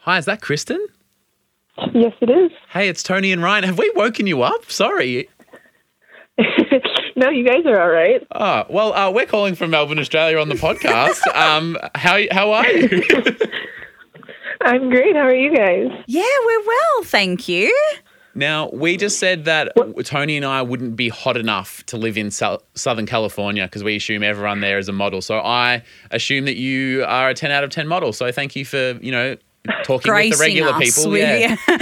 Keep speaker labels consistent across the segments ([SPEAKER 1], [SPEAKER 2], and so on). [SPEAKER 1] Hi, is that Kristen?
[SPEAKER 2] Yes, it is.
[SPEAKER 1] Hey, it's Tony and Ryan. Have we woken you up? Sorry.
[SPEAKER 2] no, you guys are all right.
[SPEAKER 1] Oh, well, uh, we're calling from Melbourne, Australia on the podcast. um, how, how are you?
[SPEAKER 2] I'm great. How are you guys?
[SPEAKER 3] Yeah, we're well, thank you.
[SPEAKER 1] now, we just said that Tony and I wouldn't be hot enough to live in Sou- Southern California because we assume everyone there is a model. So I assume that you are a 10 out of 10 model. So thank you for, you know, talking with the
[SPEAKER 3] Gracing
[SPEAKER 1] regular
[SPEAKER 3] us
[SPEAKER 1] people.
[SPEAKER 3] with-
[SPEAKER 1] yeah.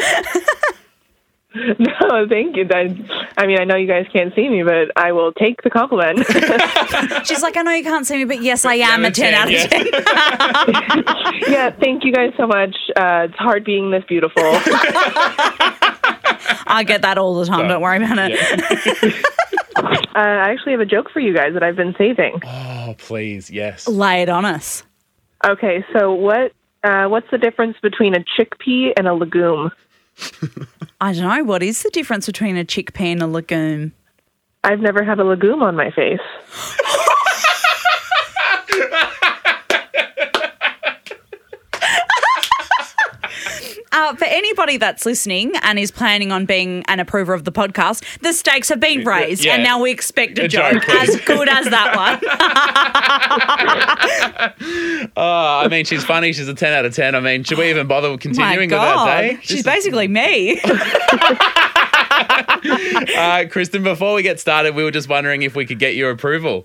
[SPEAKER 2] No, thank you. I, I mean, I know you guys can't see me, but I will take the compliment.
[SPEAKER 3] She's like, I know you can't see me, but yes, I am a 10 out of 10.
[SPEAKER 1] Yeah.
[SPEAKER 2] yeah, thank you guys so much. Uh, it's hard being this beautiful. Uh,
[SPEAKER 3] I get that all the time. Don't worry about it.
[SPEAKER 1] Yeah.
[SPEAKER 2] Uh, I actually have a joke for you guys that I've been saving.
[SPEAKER 1] Oh, please, yes.
[SPEAKER 3] Lay it on us.
[SPEAKER 2] Okay, so what? Uh, what's the difference between a chickpea and a legume?
[SPEAKER 3] I don't know. What is the difference between a chickpea and a legume?
[SPEAKER 2] I've never had a legume on my face.
[SPEAKER 3] Uh, for anybody that's listening and is planning on being an approver of the podcast, the stakes have been raised,
[SPEAKER 1] yeah.
[SPEAKER 3] and now we expect a,
[SPEAKER 1] A joke,
[SPEAKER 3] joke,
[SPEAKER 1] please.
[SPEAKER 3] as good as that one.
[SPEAKER 1] Oh, I mean, she's funny. She's a 10 out of 10. I mean, should we even bother
[SPEAKER 3] Oh My
[SPEAKER 1] continuing with
[SPEAKER 3] God,
[SPEAKER 1] that eh? day?
[SPEAKER 3] she's basically me.
[SPEAKER 1] Uh, Kristen, before we get started, we were just wondering if we could get your approval.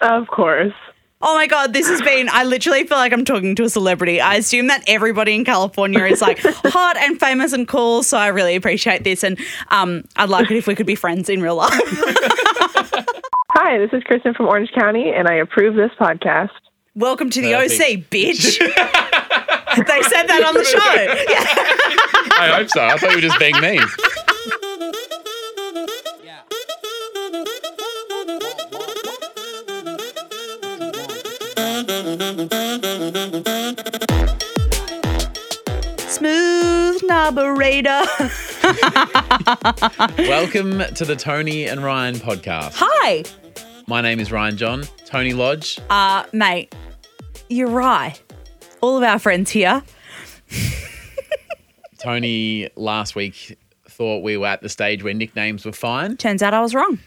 [SPEAKER 2] Of course.
[SPEAKER 3] Oh my god, this has been. I literally feel like I'm talking to a celebrity. I assume that everybody in California is like hot and famous and cool, so I really appreciate this, and um, I'd like it if we could be friends in real life.
[SPEAKER 2] Hi, this is Kristen from Orange County, and I approve this podcast.
[SPEAKER 3] Welcome to the
[SPEAKER 1] Perfect.
[SPEAKER 3] OC, bitch. they said that on the show. Yeah.
[SPEAKER 1] I hope so. I thought you were just being mean.
[SPEAKER 3] Smooth Naborator.
[SPEAKER 1] Welcome to the Tony and Ryan podcast.
[SPEAKER 3] Hi,
[SPEAKER 1] My name is Ryan John, Tony Lodge.
[SPEAKER 3] uh, mate. You're right. All of our friends here.
[SPEAKER 1] Tony last week thought we were at the stage where nicknames were fine.
[SPEAKER 3] Turns out I was wrong,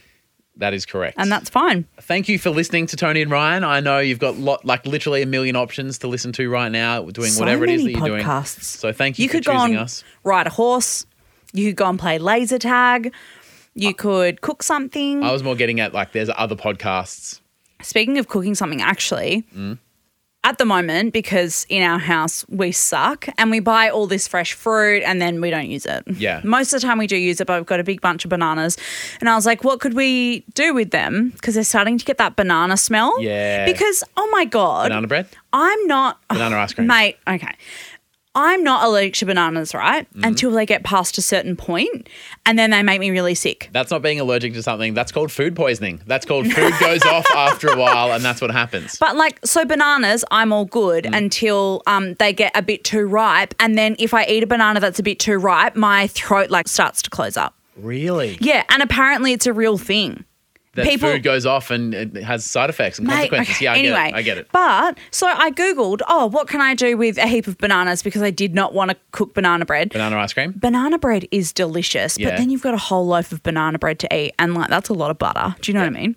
[SPEAKER 1] That is correct.
[SPEAKER 3] and that's fine.
[SPEAKER 1] Thank you for listening to Tony and Ryan. I know you've got lot, like literally a million options to listen to right now, doing
[SPEAKER 3] So
[SPEAKER 1] whatever it is that
[SPEAKER 3] many
[SPEAKER 1] you're doing.
[SPEAKER 3] podcasts.
[SPEAKER 1] So thank you,
[SPEAKER 3] you
[SPEAKER 1] for
[SPEAKER 3] could go
[SPEAKER 1] choosing
[SPEAKER 3] and
[SPEAKER 1] us.
[SPEAKER 3] ride a horse. You could go and play laser tag. You could cook something.
[SPEAKER 1] Uh, I was more getting at like there's other podcasts.
[SPEAKER 3] Speaking of cooking something, actually,
[SPEAKER 1] Mm.
[SPEAKER 3] at the moment, because in our house we suck and we buy all this fresh fruit and then we don't use it.
[SPEAKER 1] Yeah.
[SPEAKER 3] Most of the time we do use it, but we've got a big bunch of bananas. And I was like, what could we do with them? Because they're starting to get that banana smell.
[SPEAKER 1] Yeah.
[SPEAKER 3] Because, oh my God.
[SPEAKER 1] Banana bread,
[SPEAKER 3] I'm not
[SPEAKER 1] Banana ice cream.
[SPEAKER 3] mate. Okay, I'm not allergic to bananas, right?
[SPEAKER 1] Mm-hmm.
[SPEAKER 3] Until they get past a certain point, and then they make me really sick.
[SPEAKER 1] That's not being allergic to something. That's called food poisoning. That's called food goes off after a while, and that's what happens.
[SPEAKER 3] But like, so bananas, I'm all good
[SPEAKER 1] Mm.
[SPEAKER 3] until um, they get a bit too ripe, and then if I eat a banana that's a bit too ripe, my throat like starts to close up.
[SPEAKER 1] really?
[SPEAKER 3] Yeah, and apparently it's a real thing.
[SPEAKER 1] That
[SPEAKER 3] people-
[SPEAKER 1] food goes off and it has side effects and
[SPEAKER 3] Mate,
[SPEAKER 1] consequences.
[SPEAKER 3] okay,
[SPEAKER 1] Yeah, I
[SPEAKER 3] anyway,
[SPEAKER 1] get it. I get it.
[SPEAKER 3] But so I googled, oh, what can I do with a heap of bananas because I did not want to cook banana bread.
[SPEAKER 1] Banana ice cream.
[SPEAKER 3] banana bread is delicious,
[SPEAKER 1] Yeah.
[SPEAKER 3] but then you've got a whole loaf of banana bread to eat, and like that's a lot of butter. Do you know what I mean?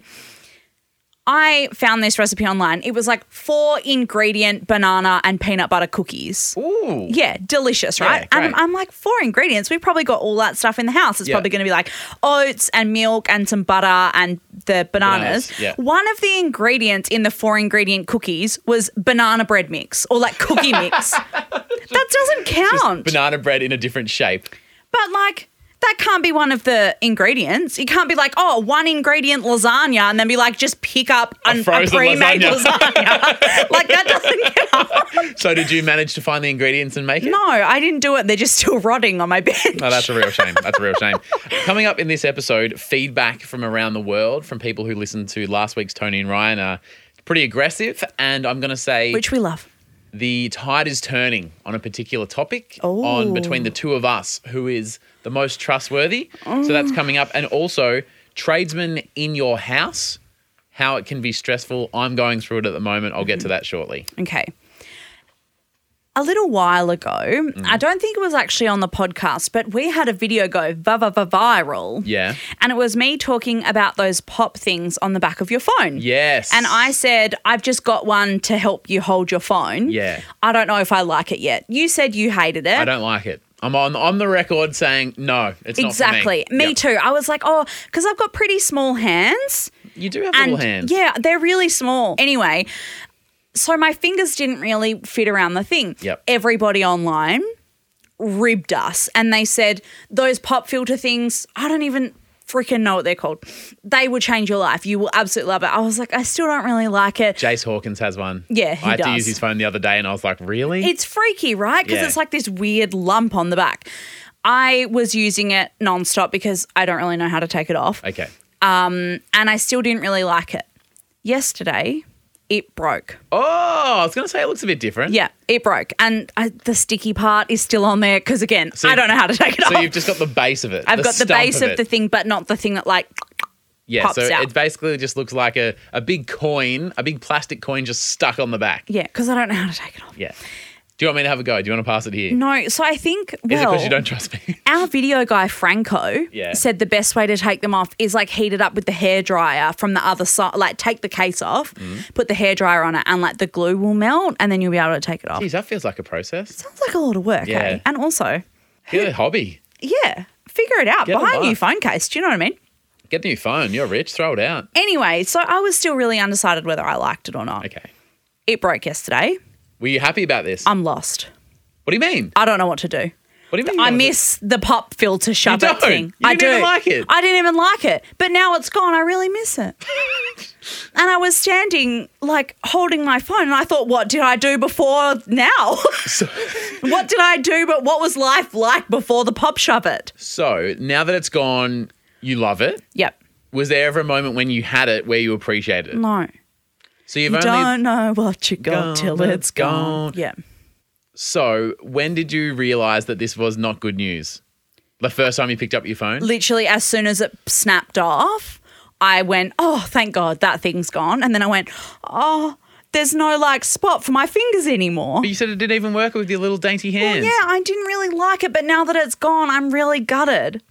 [SPEAKER 3] I found this recipe online. It was like four ingredient banana and peanut butter cookies.
[SPEAKER 1] Ooh.
[SPEAKER 3] Yeah, delicious, right?
[SPEAKER 1] Yeah,
[SPEAKER 3] and
[SPEAKER 1] great.
[SPEAKER 3] I'm like, four ingredients. We've probably got all that stuff in the house. It's
[SPEAKER 1] Yeah.
[SPEAKER 3] probably going to be like oats and milk and some butter and the bananas.
[SPEAKER 1] Bananas, yeah.
[SPEAKER 3] One of the ingredients in the four ingredient cookies was banana bread mix or like cookie mix. that doesn't count.
[SPEAKER 1] Banana bread in a different shape.
[SPEAKER 3] But like that can't be one of the ingredients. You can't be like, oh, one ingredient lasagna, and then be like, just pick up an, a
[SPEAKER 1] frozen
[SPEAKER 3] pre-made
[SPEAKER 1] lasagna.
[SPEAKER 3] lasagna. like that doesn't.
[SPEAKER 1] So did you manage to find the ingredients and make it?
[SPEAKER 3] No, I didn't do it. They're just still rotting on my bench.
[SPEAKER 1] Oh, that's a real shame. That's a real shame. Coming up in this episode, feedback from around the world from people who listened to last week's Tony and Ryan are pretty aggressive. And I'm going to say
[SPEAKER 3] Which we love.
[SPEAKER 1] the tide is turning on a particular topic
[SPEAKER 3] Oh.
[SPEAKER 1] on between the two of us who is the most trustworthy so that's
[SPEAKER 3] Mm.
[SPEAKER 1] coming up and also tradesmen in your house how it can be stressful i'm going through it at the moment i'll get to that shortly
[SPEAKER 3] Okay. a little while ago.
[SPEAKER 1] Mm.
[SPEAKER 3] I don't think it was actually on the podcast, but we had a video go va va va viral.
[SPEAKER 1] Yeah.
[SPEAKER 3] And it was me talking about those pop things on the back of your phone.
[SPEAKER 1] Yes.
[SPEAKER 3] And I said, I've just got one to help you hold your phone.
[SPEAKER 1] Yeah.
[SPEAKER 3] I don't know if I like it yet. You said you hated it.
[SPEAKER 1] I don't like it. I'm on on the record saying no. It's not for
[SPEAKER 3] Exactly. me
[SPEAKER 1] Yep.
[SPEAKER 3] too. I was like, oh, because I've got pretty small hands.
[SPEAKER 1] You do have
[SPEAKER 3] and
[SPEAKER 1] little hands.
[SPEAKER 3] Yeah, they're really small. Anyway, so my fingers didn't really fit around the thing.
[SPEAKER 1] Yep.
[SPEAKER 3] Everybody online ribbed us and they said those pop filter things, I don't even freaking know what they're called. They will change your life. You will absolutely love it. I was like, I still don't really like it.
[SPEAKER 1] Jace Hawkins has one.
[SPEAKER 3] Yeah, he
[SPEAKER 1] I had to
[SPEAKER 3] does.
[SPEAKER 1] use his phone the other day, and I was like, really?
[SPEAKER 3] It's freaky, right? Because
[SPEAKER 1] Yeah.
[SPEAKER 3] it's like this weird lump on the back. I was using it nonstop because I don't really know how to take it off.
[SPEAKER 1] okay.
[SPEAKER 3] and I still didn't really like it. Yesterday, it broke.
[SPEAKER 1] Oh, I was gonna say it looks a bit different.
[SPEAKER 3] Yeah, it broke, and I, the sticky part is still on there because again, I
[SPEAKER 1] you-
[SPEAKER 3] don't know how to take it
[SPEAKER 1] So
[SPEAKER 3] off.
[SPEAKER 1] you've just got the base of it.
[SPEAKER 3] I've got the
[SPEAKER 1] stump
[SPEAKER 3] base of,
[SPEAKER 1] it.
[SPEAKER 3] the thing, but not the thing that like.
[SPEAKER 1] Yeah,
[SPEAKER 3] pops
[SPEAKER 1] so
[SPEAKER 3] out.
[SPEAKER 1] it basically just looks like a, a big coin, a big plastic coin just stuck on the back.
[SPEAKER 3] Yeah, because I don't know how to take it off.
[SPEAKER 1] Yeah. Do you want me to have a go? Do you want to pass it here? Is
[SPEAKER 3] No, so I think well,
[SPEAKER 1] it because you don't trust me?
[SPEAKER 3] our video guy Franco
[SPEAKER 1] Yeah.
[SPEAKER 3] said the best way to take them off is like heat it up with the hair dryer from the other side, like take the case off,
[SPEAKER 1] Mm-hmm.
[SPEAKER 3] put the hair dryer on it, and like the glue will melt, and then you'll be able to take it off.
[SPEAKER 1] Jeez, that feels like a process.
[SPEAKER 3] Sounds like a lot of work,
[SPEAKER 1] Yeah.
[SPEAKER 3] eh? And also,
[SPEAKER 1] Get a hobby.
[SPEAKER 3] yeah, figure it out.
[SPEAKER 1] Get a
[SPEAKER 3] Buy a new
[SPEAKER 1] life.
[SPEAKER 3] phone case. Do you know what I mean?
[SPEAKER 1] Get a new phone. You're rich. Throw it out.
[SPEAKER 3] Anyway, so I was still really undecided whether I liked it or not.
[SPEAKER 1] Okay.
[SPEAKER 3] It broke yesterday.
[SPEAKER 1] Were you happy about this?
[SPEAKER 3] I'm lost.
[SPEAKER 1] what do you mean?
[SPEAKER 3] I don't know what to do.
[SPEAKER 1] What do you mean?
[SPEAKER 3] I
[SPEAKER 1] that was it?
[SPEAKER 3] miss the pop filter shove
[SPEAKER 1] You
[SPEAKER 3] it
[SPEAKER 1] don't.
[SPEAKER 3] thing.
[SPEAKER 1] You
[SPEAKER 3] I
[SPEAKER 1] didn't
[SPEAKER 3] do.
[SPEAKER 1] even like it.
[SPEAKER 3] I didn't even like it. But now it's gone. I really miss it. and I was standing like holding my phone, and I thought, what did I do before now? what did I do? But what was life like before the pop shove it?
[SPEAKER 1] So now that it's gone, you love it.
[SPEAKER 3] Yep.
[SPEAKER 1] Was there ever a moment when you had it where you appreciated it?
[SPEAKER 3] No.
[SPEAKER 1] So you've
[SPEAKER 3] You
[SPEAKER 1] only.
[SPEAKER 3] don't know what you got
[SPEAKER 1] Gone,
[SPEAKER 3] till
[SPEAKER 1] but
[SPEAKER 3] it's
[SPEAKER 1] gone.
[SPEAKER 3] gone. Yeah.
[SPEAKER 1] So when did you realize that this was not good news? The first time you picked up your phone?
[SPEAKER 3] literally as soon as it snapped off, I went, "Oh, thank God that thing's gone." And then I went, "Oh, there's no like spot for my fingers anymore."
[SPEAKER 1] But you said it didn't even work with your little dainty
[SPEAKER 3] Well,
[SPEAKER 1] hands.
[SPEAKER 3] yeah, I didn't really like it, but now that it's gone, I'm really gutted.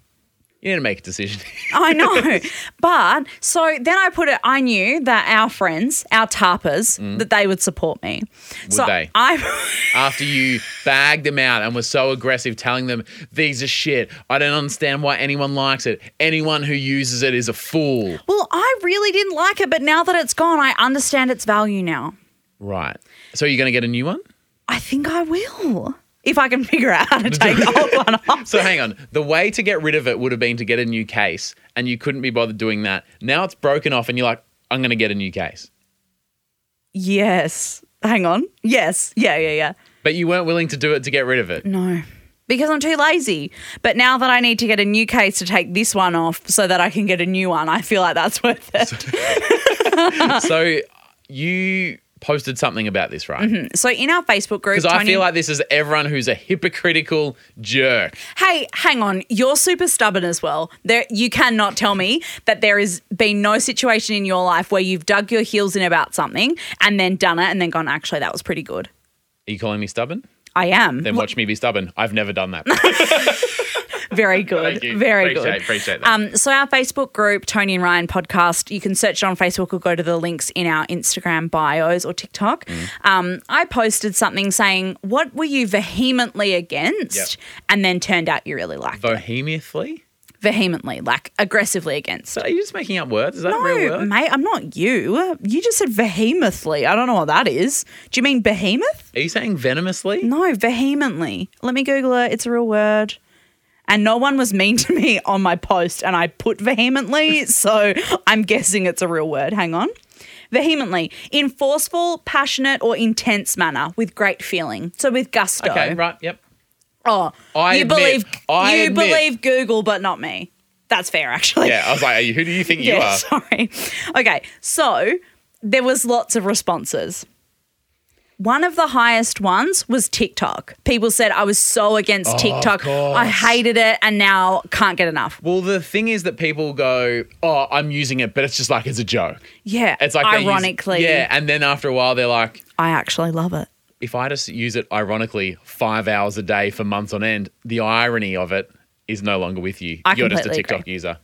[SPEAKER 1] You need to make a decision.
[SPEAKER 3] I know. but so then I put it, I knew that our friends, our tarpers, that they would support me. Would so
[SPEAKER 1] Mm. they?
[SPEAKER 3] I
[SPEAKER 1] After you bagged them out and were so aggressive, telling them, these are shit. I don't understand why anyone likes it. Anyone who uses it is a fool.
[SPEAKER 3] well, I really didn't like it, but now that it's gone, I understand its value now.
[SPEAKER 1] Right. So you're going to get a new one?
[SPEAKER 3] I think I will. If I can figure out how to take the old one off.
[SPEAKER 1] So hang on. The way to get rid of it would have been to get a new case, and you couldn't be bothered doing that. Now it's broken off, and you're like, I'm going to get a new case.
[SPEAKER 3] Yes. Hang on. Yes. Yeah, yeah, yeah.
[SPEAKER 1] But you weren't willing to do it to get rid of it.
[SPEAKER 3] No. Because I'm too lazy. But now that I need to get a new case to take this one off so that I can get a new one, I feel like that's worth it.
[SPEAKER 1] so you posted something about this, right?
[SPEAKER 3] So in our Facebook group,
[SPEAKER 1] Because I
[SPEAKER 3] Mm-hmm. Tony-
[SPEAKER 1] feel like this is everyone who's a hypocritical jerk.
[SPEAKER 3] hey, hang on, you're super stubborn as well. There, you cannot tell me that there has been no situation in your life where you've dug your heels in about something and then done it and then gone, actually, that was pretty good.
[SPEAKER 1] Are you calling me stubborn?
[SPEAKER 3] I am
[SPEAKER 1] Then watch me be stubborn. I've never done that.
[SPEAKER 3] very good,
[SPEAKER 1] Thank you.
[SPEAKER 3] very
[SPEAKER 1] appreciate,
[SPEAKER 3] good.
[SPEAKER 1] Appreciate that.
[SPEAKER 3] Um, so our Facebook group, Tony and Ryan Podcast, you can search it on Facebook or go to the links in our Instagram bios or TikTok.
[SPEAKER 1] Mm-hmm.
[SPEAKER 3] Um, I posted something saying, "What were you vehemently against?"
[SPEAKER 1] Yep.
[SPEAKER 3] And then turned out you really liked it.
[SPEAKER 1] Bohemiously?
[SPEAKER 3] vehemently, like aggressively against.
[SPEAKER 1] Are you just making up words? Is that a real
[SPEAKER 3] No,
[SPEAKER 1] word?
[SPEAKER 3] mate, I'm not you. You just said vehemently. I don't know what that is. Do you mean behemoth?
[SPEAKER 1] Are you saying venomously?
[SPEAKER 3] No, vehemently. Let me Google it. It's a real word. And no one was mean to me on my post, and I put vehemently, so I'm guessing it's a real word. Hang on. Vehemently, in forceful, passionate, or intense manner, with great feeling. So with gusto.
[SPEAKER 1] Okay, right, yep.
[SPEAKER 3] Oh,
[SPEAKER 1] I
[SPEAKER 3] you
[SPEAKER 1] admit-
[SPEAKER 3] believe
[SPEAKER 1] I
[SPEAKER 3] you
[SPEAKER 1] admit-
[SPEAKER 3] believe Google, but not me. That's fair, actually.
[SPEAKER 1] Yeah, I was like, are you- who do you think you
[SPEAKER 3] Yeah,
[SPEAKER 1] are?
[SPEAKER 3] sorry. Okay, so there was lots of responses. One of the highest ones was TikTok. People said I was so against TikTok. I
[SPEAKER 1] Oh, course.
[SPEAKER 3] hated it and now can't get enough.
[SPEAKER 1] Well, the thing is that people go, "Oh, I'm using it," but it's just like it's a joke.
[SPEAKER 3] Yeah.
[SPEAKER 1] It's like they use-
[SPEAKER 3] ironically,
[SPEAKER 1] yeah. And then after a while, they're like,
[SPEAKER 3] I actually love it.
[SPEAKER 1] if I just use it ironically five hours a day for months on end, the irony of it is no longer with you.
[SPEAKER 3] I
[SPEAKER 1] You're just a
[SPEAKER 3] completely
[SPEAKER 1] TikTok
[SPEAKER 3] agree.
[SPEAKER 1] user.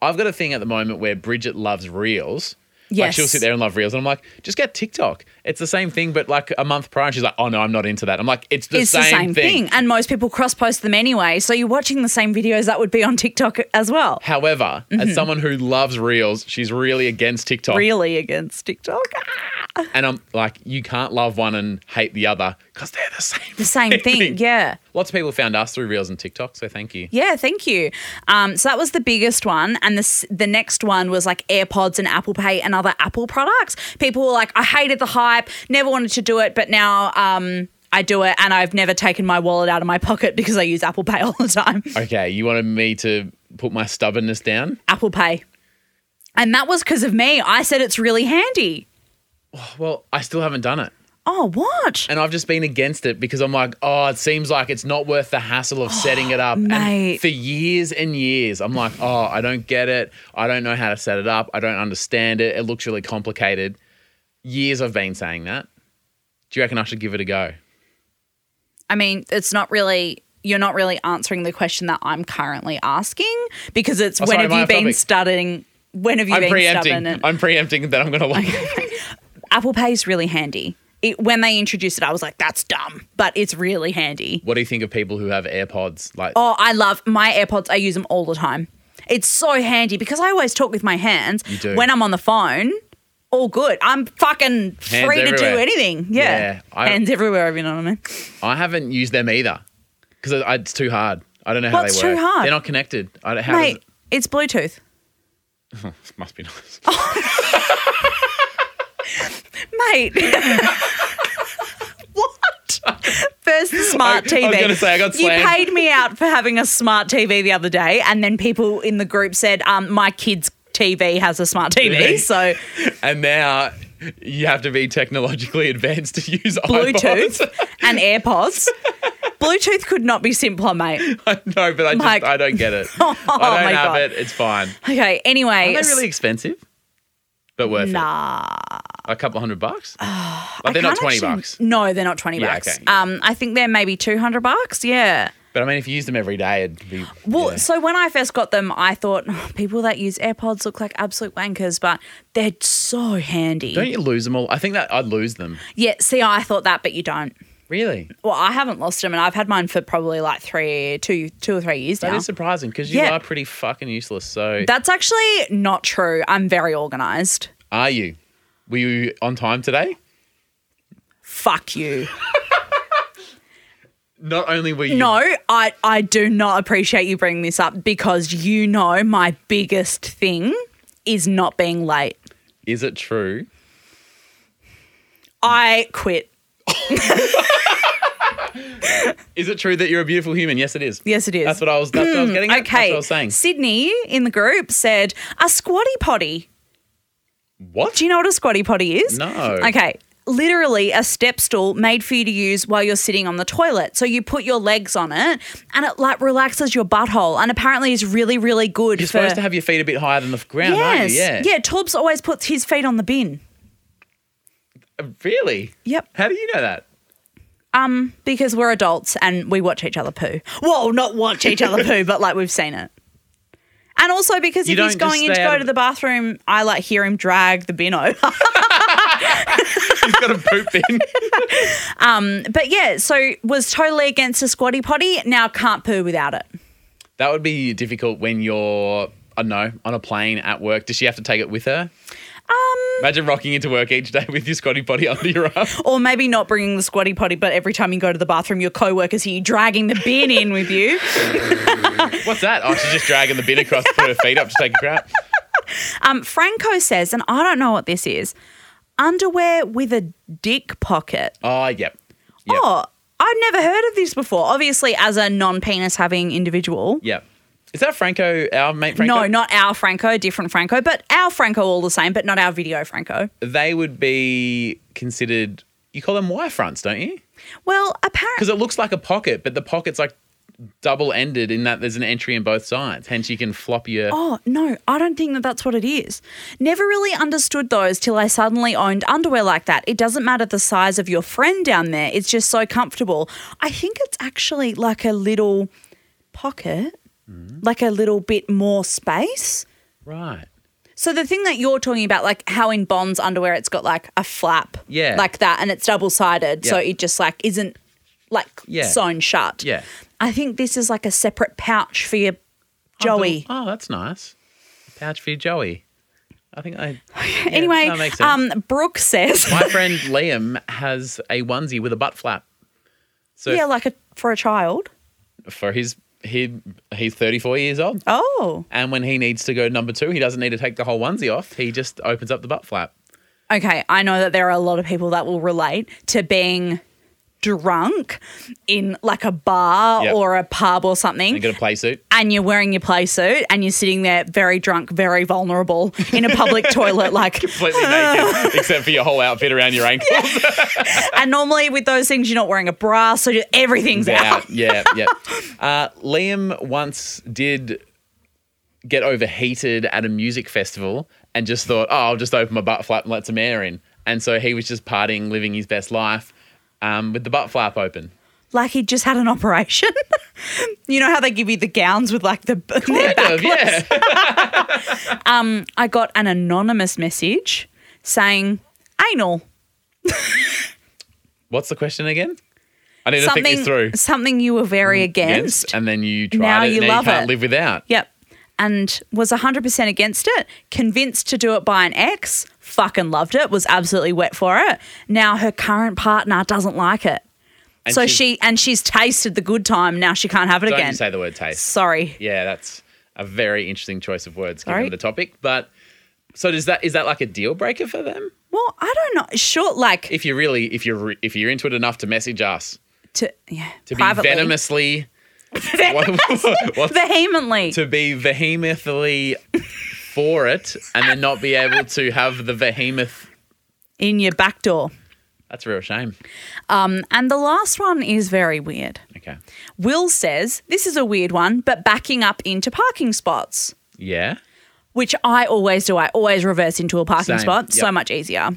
[SPEAKER 1] I've got a thing at the moment where Bridget loves reels. Like
[SPEAKER 3] Yes.
[SPEAKER 1] she'll sit there and love reels, and I'm like, just get TikTok. It's the same thing, but like a month prior, she's like, oh no, I'm not into that. I'm like, it's the,
[SPEAKER 3] it's
[SPEAKER 1] same,
[SPEAKER 3] the same thing. And most people cross post them anyway. So you're watching the same videos that would be on TikTok as well.
[SPEAKER 1] However,
[SPEAKER 3] Mm-hmm.
[SPEAKER 1] as someone who loves reels, she's really against TikTok.
[SPEAKER 3] Really against TikTok.
[SPEAKER 1] And I'm like, you can't love one and hate the other because they're the same.
[SPEAKER 3] The same thing. Yeah.
[SPEAKER 1] Lots of people found us through reels and TikTok, so thank you.
[SPEAKER 3] Yeah, thank you. Um, so that was the biggest one, and the s- the next one was like AirPods and Apple Pay and other Apple products. People were like, I hated the hype, never wanted to do it, but now um, I do it, and I've never taken my wallet out of my pocket because I use Apple Pay all the time.
[SPEAKER 1] Okay, you wanted me to put my stubbornness down?
[SPEAKER 3] Apple Pay, and that was because of me. I said it's really handy.
[SPEAKER 1] Well, I still haven't done it.
[SPEAKER 3] Oh, what?
[SPEAKER 1] And I've just been against it because I'm like, oh, it seems like it's not worth the hassle of setting it up. And
[SPEAKER 3] Oh, mate.
[SPEAKER 1] for years and years, I'm like, oh, I don't get it. I don't know how to set it up. I don't understand it. It looks really complicated. Years I've been saying that. Do you reckon I should give it a go?
[SPEAKER 3] I mean, it's not really. You're not really answering the question that I'm currently asking because it's
[SPEAKER 1] Oh,
[SPEAKER 3] when
[SPEAKER 1] sorry,
[SPEAKER 3] have you
[SPEAKER 1] my
[SPEAKER 3] been
[SPEAKER 1] topic.
[SPEAKER 3] studying? When have you
[SPEAKER 1] I'm
[SPEAKER 3] been
[SPEAKER 1] preempting.
[SPEAKER 3] stubborn? and-
[SPEAKER 1] I'm preempting that I'm going to like
[SPEAKER 3] Apple Pay is really handy. It, when they introduced it, I was like, that's dumb, but it's really handy.
[SPEAKER 1] What do you think of people who have AirPods? Like,
[SPEAKER 3] Oh, I love my AirPods. I use them all the time. It's so handy because I always talk with my hands. You
[SPEAKER 1] do.
[SPEAKER 3] When I'm on the phone, all good. I'm fucking free to do
[SPEAKER 1] everywhere.
[SPEAKER 3] anything. Yeah.
[SPEAKER 1] Yeah, I-
[SPEAKER 3] hands everywhere, if you know what I mean.
[SPEAKER 1] I haven't used them either because it's too hard. I don't know how
[SPEAKER 3] What's
[SPEAKER 1] they work.
[SPEAKER 3] too hard?
[SPEAKER 1] They're not connected. I don't, how
[SPEAKER 3] Mate,
[SPEAKER 1] does
[SPEAKER 3] it's Bluetooth.
[SPEAKER 1] it, must be nice.
[SPEAKER 3] Mate. what? First, the smart
[SPEAKER 1] I- I
[SPEAKER 3] TV.
[SPEAKER 1] was gonna say, I got
[SPEAKER 3] you
[SPEAKER 1] slammed.
[SPEAKER 3] paid me out for having a smart TV the other day, and then people in the group said, um, "My kids." TV has a smart TV, so
[SPEAKER 1] and now you have to be technologically advanced to use
[SPEAKER 3] Bluetooth
[SPEAKER 1] iPods.
[SPEAKER 3] and AirPods. Bluetooth could not be simpler, mate.
[SPEAKER 1] I know, but I just
[SPEAKER 3] Mike.
[SPEAKER 1] I don't get it. I don't
[SPEAKER 3] Oh my
[SPEAKER 1] have
[SPEAKER 3] God.
[SPEAKER 1] it. It's fine.
[SPEAKER 3] Okay,
[SPEAKER 1] Are
[SPEAKER 3] anyway,
[SPEAKER 1] they really expensive? But worth
[SPEAKER 3] nah.
[SPEAKER 1] it. A couple hundred bucks.
[SPEAKER 3] I
[SPEAKER 1] like they're not
[SPEAKER 3] can't
[SPEAKER 1] twenty
[SPEAKER 3] actually-
[SPEAKER 1] bucks.
[SPEAKER 3] No, they're not twenty
[SPEAKER 1] Yeah,
[SPEAKER 3] bucks.
[SPEAKER 1] okay,
[SPEAKER 3] Um, I think they're maybe two hundred bucks. Yeah.
[SPEAKER 1] But I mean, if you use them every day, it'd be
[SPEAKER 3] Well,
[SPEAKER 1] yeah.
[SPEAKER 3] so when I first got them, I thought "Oh, people that use AirPods look like absolute wankers, but they're so handy.
[SPEAKER 1] Don't you lose them all? I think that I'd lose them.
[SPEAKER 3] yeah, see, I thought that, but you don't.
[SPEAKER 1] Really?
[SPEAKER 3] Well, I haven't lost them, and I've had mine for probably like three, two, two or three years
[SPEAKER 1] That is
[SPEAKER 3] now.
[SPEAKER 1] surprising because you
[SPEAKER 3] Yeah.
[SPEAKER 1] are pretty fucking useless. So
[SPEAKER 3] That's actually not true. I'm very organized.
[SPEAKER 1] Are you? Were you on time today?
[SPEAKER 3] Fuck you.
[SPEAKER 1] Not only were you.
[SPEAKER 3] No, I, I do not appreciate you bringing this up because you know my biggest thing is not being late.
[SPEAKER 1] Is it true?
[SPEAKER 3] I quit.
[SPEAKER 1] Is it true that you're a beautiful human? Yes, it is.
[SPEAKER 3] Yes, it is.
[SPEAKER 1] That's what I was. That's what I was getting. At. That's
[SPEAKER 3] Okay.
[SPEAKER 1] what I was saying.
[SPEAKER 3] Sydney in the group said a squatty potty.
[SPEAKER 1] What?
[SPEAKER 3] Do you know what a squatty potty is?
[SPEAKER 1] No.
[SPEAKER 3] Okay. Literally a step stool made for you to use while you're sitting on the toilet. So you put your legs on it and it like relaxes your butthole and apparently is really, really good
[SPEAKER 1] You're
[SPEAKER 3] for
[SPEAKER 1] supposed to have your feet a bit higher than the ground, aren't
[SPEAKER 3] Yes.
[SPEAKER 1] you? Yeah.
[SPEAKER 3] Yeah, Torbs always puts his feet on the bin.
[SPEAKER 1] Uh, Really?
[SPEAKER 3] Yep.
[SPEAKER 1] How do you know that?
[SPEAKER 3] Um, because we're adults and we watch each other poo. Well, not watch each other poo, but like we've seen it. And also because
[SPEAKER 1] You
[SPEAKER 3] if he's
[SPEAKER 1] don't just
[SPEAKER 3] going in to
[SPEAKER 1] stay out
[SPEAKER 3] go
[SPEAKER 1] of
[SPEAKER 3] to
[SPEAKER 1] the-
[SPEAKER 3] the bathroom, I like hear him drag the bin over.
[SPEAKER 1] You've got a poop bin.
[SPEAKER 3] but yeah, so was totally against a squatty potty. Now can't poo without it.
[SPEAKER 1] that would be difficult when you're. I don't know, on a plane at work. Does she have to take it with her?
[SPEAKER 3] Um,
[SPEAKER 1] Imagine rocking into work each day with your squatty potty under your arm.
[SPEAKER 3] or maybe not bringing the squatty potty, but every time you go to the bathroom, your co-workers hear you dragging the bin in with you.
[SPEAKER 1] What's that? Oh, she's just dragging the bin across to put her feet up to take a crap.
[SPEAKER 3] Um, Franco says, and I don't know what this is, underwear with a dick pocket.
[SPEAKER 1] Oh, yep. Yep.
[SPEAKER 3] Oh, I've never heard of this before. Obviously, as a non-penis having individual.
[SPEAKER 1] Yeah. Is that Franco, our mate Franco?
[SPEAKER 3] No, not our Franco, different Franco, but our Franco all the same, but not our video Franco.
[SPEAKER 1] They would be considered, you call them wire fronts, don't you?
[SPEAKER 3] Well,
[SPEAKER 1] Because
[SPEAKER 3] apparently,
[SPEAKER 1] it looks like a pocket, but the pocket's like double ended in that there's an entry in both sides. Hence, you can flop your.
[SPEAKER 3] Oh, no, I don't think that that's what it is. Never really understood those till I suddenly owned underwear like that. It doesn't matter the size of your friend down there, it's just so comfortable. I think it's actually like a little pocket,
[SPEAKER 1] Mm.
[SPEAKER 3] like a little bit more space.
[SPEAKER 1] Right.
[SPEAKER 3] So the thing that you're talking about, like how in Bond's underwear it's got like a flap,
[SPEAKER 1] Yeah.
[SPEAKER 3] like that, and it's double sided, so
[SPEAKER 1] Yeah.
[SPEAKER 3] it just like isn't like
[SPEAKER 1] Yeah.
[SPEAKER 3] sewn shut.
[SPEAKER 1] Yeah.
[SPEAKER 3] I think this is like a separate pouch for your Joey.
[SPEAKER 1] Oh, that's nice. Pouch for your Joey. I think I. yeah,
[SPEAKER 3] anyway,
[SPEAKER 1] that makes sense.
[SPEAKER 3] um, Brooke says,
[SPEAKER 1] My friend Liam has a onesie with a butt flap. So
[SPEAKER 3] yeah, like a for a child.
[SPEAKER 1] for his he he's 34 years old.
[SPEAKER 3] Oh,
[SPEAKER 1] And when he needs to go number two, he doesn't need to take the whole onesie off. He just opens up the butt flap.
[SPEAKER 3] okay. I know that there are a lot of people that will relate to being drunk in like a bar
[SPEAKER 1] Yep.
[SPEAKER 3] or a pub or something
[SPEAKER 1] And get a play suit.
[SPEAKER 3] and you're wearing your play suit and you're sitting there very drunk, very vulnerable in a public toilet. Like,
[SPEAKER 1] Completely naked, except for your whole outfit around your ankles.
[SPEAKER 3] and normally with those things, you're not wearing a bra, so just, everything's out.
[SPEAKER 1] out. Yeah, yeah. Uh, Liam once did get overheated at a music festival and just thought, oh, I'll just open my butt flap and let some air in. And so he was just partying, living his best life um, with the butt flap open.
[SPEAKER 3] Like he just had an operation. you know how they give you the gowns with like the their
[SPEAKER 1] Kind
[SPEAKER 3] back.
[SPEAKER 1] of, yeah.
[SPEAKER 3] I got an anonymous message saying anal.
[SPEAKER 1] What's the question again? I need to think
[SPEAKER 3] something
[SPEAKER 1] this through. Mm,
[SPEAKER 3] something you were very against.
[SPEAKER 1] And then you tried
[SPEAKER 3] Now
[SPEAKER 1] it
[SPEAKER 3] you
[SPEAKER 1] and
[SPEAKER 3] love
[SPEAKER 1] you can't
[SPEAKER 3] it.
[SPEAKER 1] live without.
[SPEAKER 3] Yep. And was 100% against it, convinced to do it by an ex, fucking loved it, was absolutely wet for it. Now her current partner doesn't like it.
[SPEAKER 1] And
[SPEAKER 3] so
[SPEAKER 1] she's-
[SPEAKER 3] she and she's tasted the good time, now she can't have it
[SPEAKER 1] Don't
[SPEAKER 3] again.
[SPEAKER 1] you say the word taste.
[SPEAKER 3] Sorry.
[SPEAKER 1] Yeah, that's a very interesting choice of words given
[SPEAKER 3] Sorry?
[SPEAKER 1] the topic. But so does that is that like a deal breaker for them?
[SPEAKER 3] Well, I don't know. Sure, like
[SPEAKER 1] if you're really if you're re- if you're into it enough to message us
[SPEAKER 3] to yeah,
[SPEAKER 1] to
[SPEAKER 3] privately.
[SPEAKER 1] be venomously what- what-
[SPEAKER 3] vehemently.
[SPEAKER 1] to be vehemently for it and then not be able to have the behemoth
[SPEAKER 3] in your back door.
[SPEAKER 1] that's a real shame
[SPEAKER 3] Um, and the last one is very weird.
[SPEAKER 1] okay
[SPEAKER 3] Will says, this is a weird one, but backing up into parking spots,
[SPEAKER 1] yeah
[SPEAKER 3] which I always do. I always reverse into a parking
[SPEAKER 1] Same.
[SPEAKER 3] spot. So
[SPEAKER 1] Yep.
[SPEAKER 3] much easier.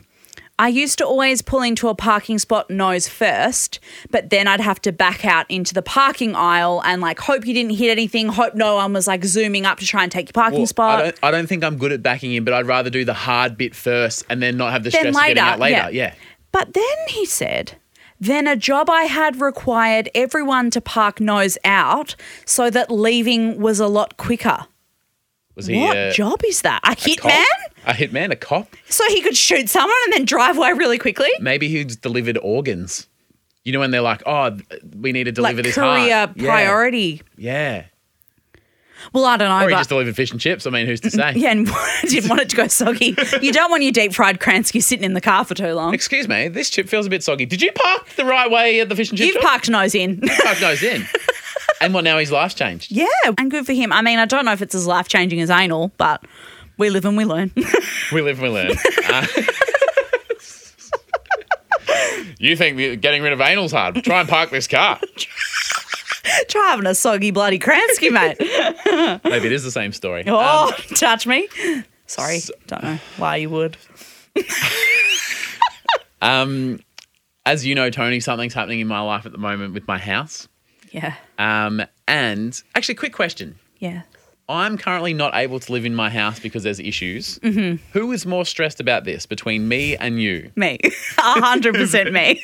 [SPEAKER 3] I used to always pull into a parking spot nose first, but then I'd have to back out into the parking aisle and like hope you didn't hit anything, hope no one was like zooming up to try and take your parking
[SPEAKER 1] Well,
[SPEAKER 3] spot.
[SPEAKER 1] I, don't, I don't think i'm good at backing in but i'd rather do the hard bit first and then not have the
[SPEAKER 3] Then
[SPEAKER 1] stress of getting
[SPEAKER 3] later,
[SPEAKER 1] out later
[SPEAKER 3] yeah.
[SPEAKER 1] yeah,
[SPEAKER 3] But then he said, then a job I had required everyone to park nose out so that leaving was a lot quicker.
[SPEAKER 1] was he
[SPEAKER 3] what
[SPEAKER 1] a,
[SPEAKER 3] job is that? A
[SPEAKER 1] uh, a cop?
[SPEAKER 3] hitman?
[SPEAKER 1] a hitman a cop
[SPEAKER 3] So he could shoot someone and then drive away really quickly?
[SPEAKER 1] maybe he's delivered organs you know when they're like oh th- we need to deliver
[SPEAKER 3] Like
[SPEAKER 1] this
[SPEAKER 3] career
[SPEAKER 1] hard. Yeah,
[SPEAKER 3] priority.
[SPEAKER 1] yeah,
[SPEAKER 3] Well, I don't know.
[SPEAKER 1] or he
[SPEAKER 3] but-
[SPEAKER 1] just delivered fish and chips i mean who's to say
[SPEAKER 3] yeah, and didn't want it to go soggy. You don't want your deep fried Kransky sitting in the car for too long.
[SPEAKER 1] Excuse me, this chip feels a bit soggy. Did you park the right way at the fish and chip
[SPEAKER 3] You've
[SPEAKER 1] shop?
[SPEAKER 3] parked nose in.
[SPEAKER 1] Parked nose in. and well, now his life's changed.
[SPEAKER 3] yeah, and good for him. I mean, I don't know if it's as life changing as anal, but we live and we learn.
[SPEAKER 1] We live, we learn. Uh, you think that getting rid of anal's hard? Try and park this car.
[SPEAKER 3] Try having a soggy bloody Kransky,
[SPEAKER 1] Um,
[SPEAKER 3] mate.
[SPEAKER 1] Maybe it is the same story.
[SPEAKER 3] Oh, touch me. Sorry, don't know why you would.
[SPEAKER 1] Um, as you know, Tony, something's happening in my life at the moment with my house.
[SPEAKER 3] Yeah,
[SPEAKER 1] Um, and actually, quick question.
[SPEAKER 3] yeah.
[SPEAKER 1] I'm currently not able to live in my house because there's issues. Who is more stressed about this between me and you?
[SPEAKER 3] Me, a hundred percent me.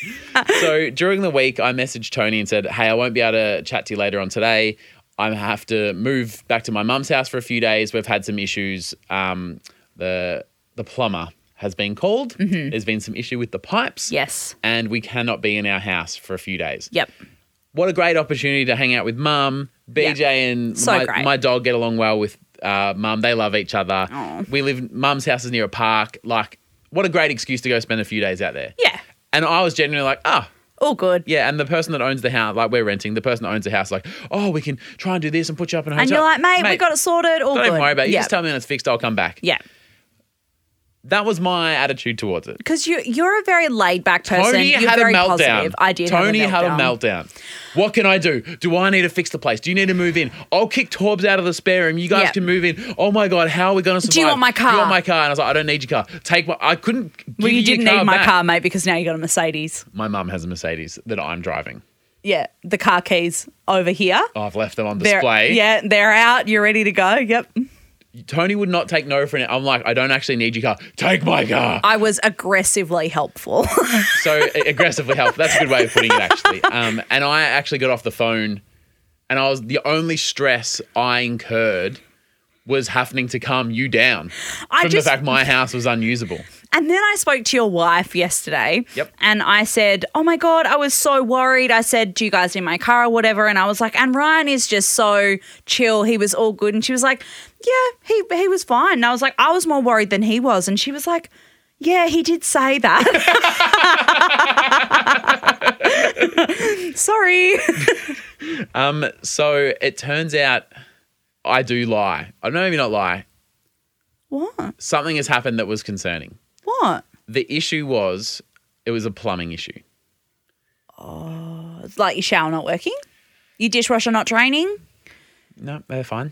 [SPEAKER 1] so during the week, I messaged Tony and said, "Hey, I won't be able to chat to you later on today. I have to move back to my mum's house for a few days. We've had some issues. Um, the the plumber has been called. There's been some issue with the pipes.
[SPEAKER 3] Yes.
[SPEAKER 1] and we cannot be in our house for a few days.
[SPEAKER 3] Yep.
[SPEAKER 1] What a great opportunity to hang out with mum, BJ,
[SPEAKER 3] Yeah.
[SPEAKER 1] and
[SPEAKER 3] So
[SPEAKER 1] my,
[SPEAKER 3] great.
[SPEAKER 1] my dog get along well with uh, mum. They love each other.
[SPEAKER 3] Aw.
[SPEAKER 1] We live. Mum's house is near a park. Like, what a great excuse to go spend a few days out there.
[SPEAKER 3] Yeah.
[SPEAKER 1] And I was genuinely like, ah,
[SPEAKER 3] All good.
[SPEAKER 1] yeah, and the person that owns the house, like we're renting, the person that owns the house, like, oh, we can try and do this and put you up in a hotel.
[SPEAKER 3] And you're like, mate, we got it sorted. All
[SPEAKER 1] Don't
[SPEAKER 3] good.
[SPEAKER 1] even worry about it. You
[SPEAKER 3] Yeah.
[SPEAKER 1] just tell me when it's fixed, I'll come back.
[SPEAKER 3] Yeah.
[SPEAKER 1] That was my attitude towards it.
[SPEAKER 3] Because you you're a very laid back person.
[SPEAKER 1] Tony
[SPEAKER 3] you're
[SPEAKER 1] had a
[SPEAKER 3] very
[SPEAKER 1] meltdown.
[SPEAKER 3] positive. I did.
[SPEAKER 1] Tony
[SPEAKER 3] have a meltdown.
[SPEAKER 1] had a meltdown. What can I do? Do I need to fix the place? Do you need to move in? I'll kick Torbs out of the spare room. You guys
[SPEAKER 3] Yeah.
[SPEAKER 1] can move in. Oh my god, how are we going to survive?
[SPEAKER 3] Do you want my
[SPEAKER 1] Do you want
[SPEAKER 3] car?
[SPEAKER 1] my car? And I was like, I don't need your car. Take my. I couldn't. Give
[SPEAKER 3] Well, you,
[SPEAKER 1] your
[SPEAKER 3] didn't need my
[SPEAKER 1] back.
[SPEAKER 3] car, mate, because now you got a Mercedes.
[SPEAKER 1] My mum has a Mercedes that I'm driving.
[SPEAKER 3] Yeah, the car keys over here.
[SPEAKER 1] I've left them on
[SPEAKER 3] They're-
[SPEAKER 1] display.
[SPEAKER 3] Yeah, they're out. You're ready to go. Yep.
[SPEAKER 1] Tony would not take no for an. I'm like, I don't actually need your car. Take my car.
[SPEAKER 3] I was aggressively helpful.
[SPEAKER 1] so a- aggressively helpful. That's a good way of putting it, actually. Um, and I actually got off the phone, and I was the only stress I incurred was happening to calm you down
[SPEAKER 3] I
[SPEAKER 1] from
[SPEAKER 3] just-
[SPEAKER 1] the fact my house was unusable.
[SPEAKER 3] and then I spoke to your wife yesterday.
[SPEAKER 1] Yep.
[SPEAKER 3] And I said, Oh my God, I was so worried. I said, Do you guys need my car or whatever? And I was like, And Ryan is just so chill. He was all good. And she was like, Yeah, he, he was fine. And I was like, I was more worried than he was. And she was like, yeah, he did say that. Sorry.
[SPEAKER 1] Um, so it turns out I do lie. I don't know, maybe not lie.
[SPEAKER 3] What?
[SPEAKER 1] Something has happened that was concerning.
[SPEAKER 3] What?
[SPEAKER 1] The issue was it was a plumbing issue.
[SPEAKER 3] It's like your shower not working, your dishwasher not draining.
[SPEAKER 1] No, they're fine.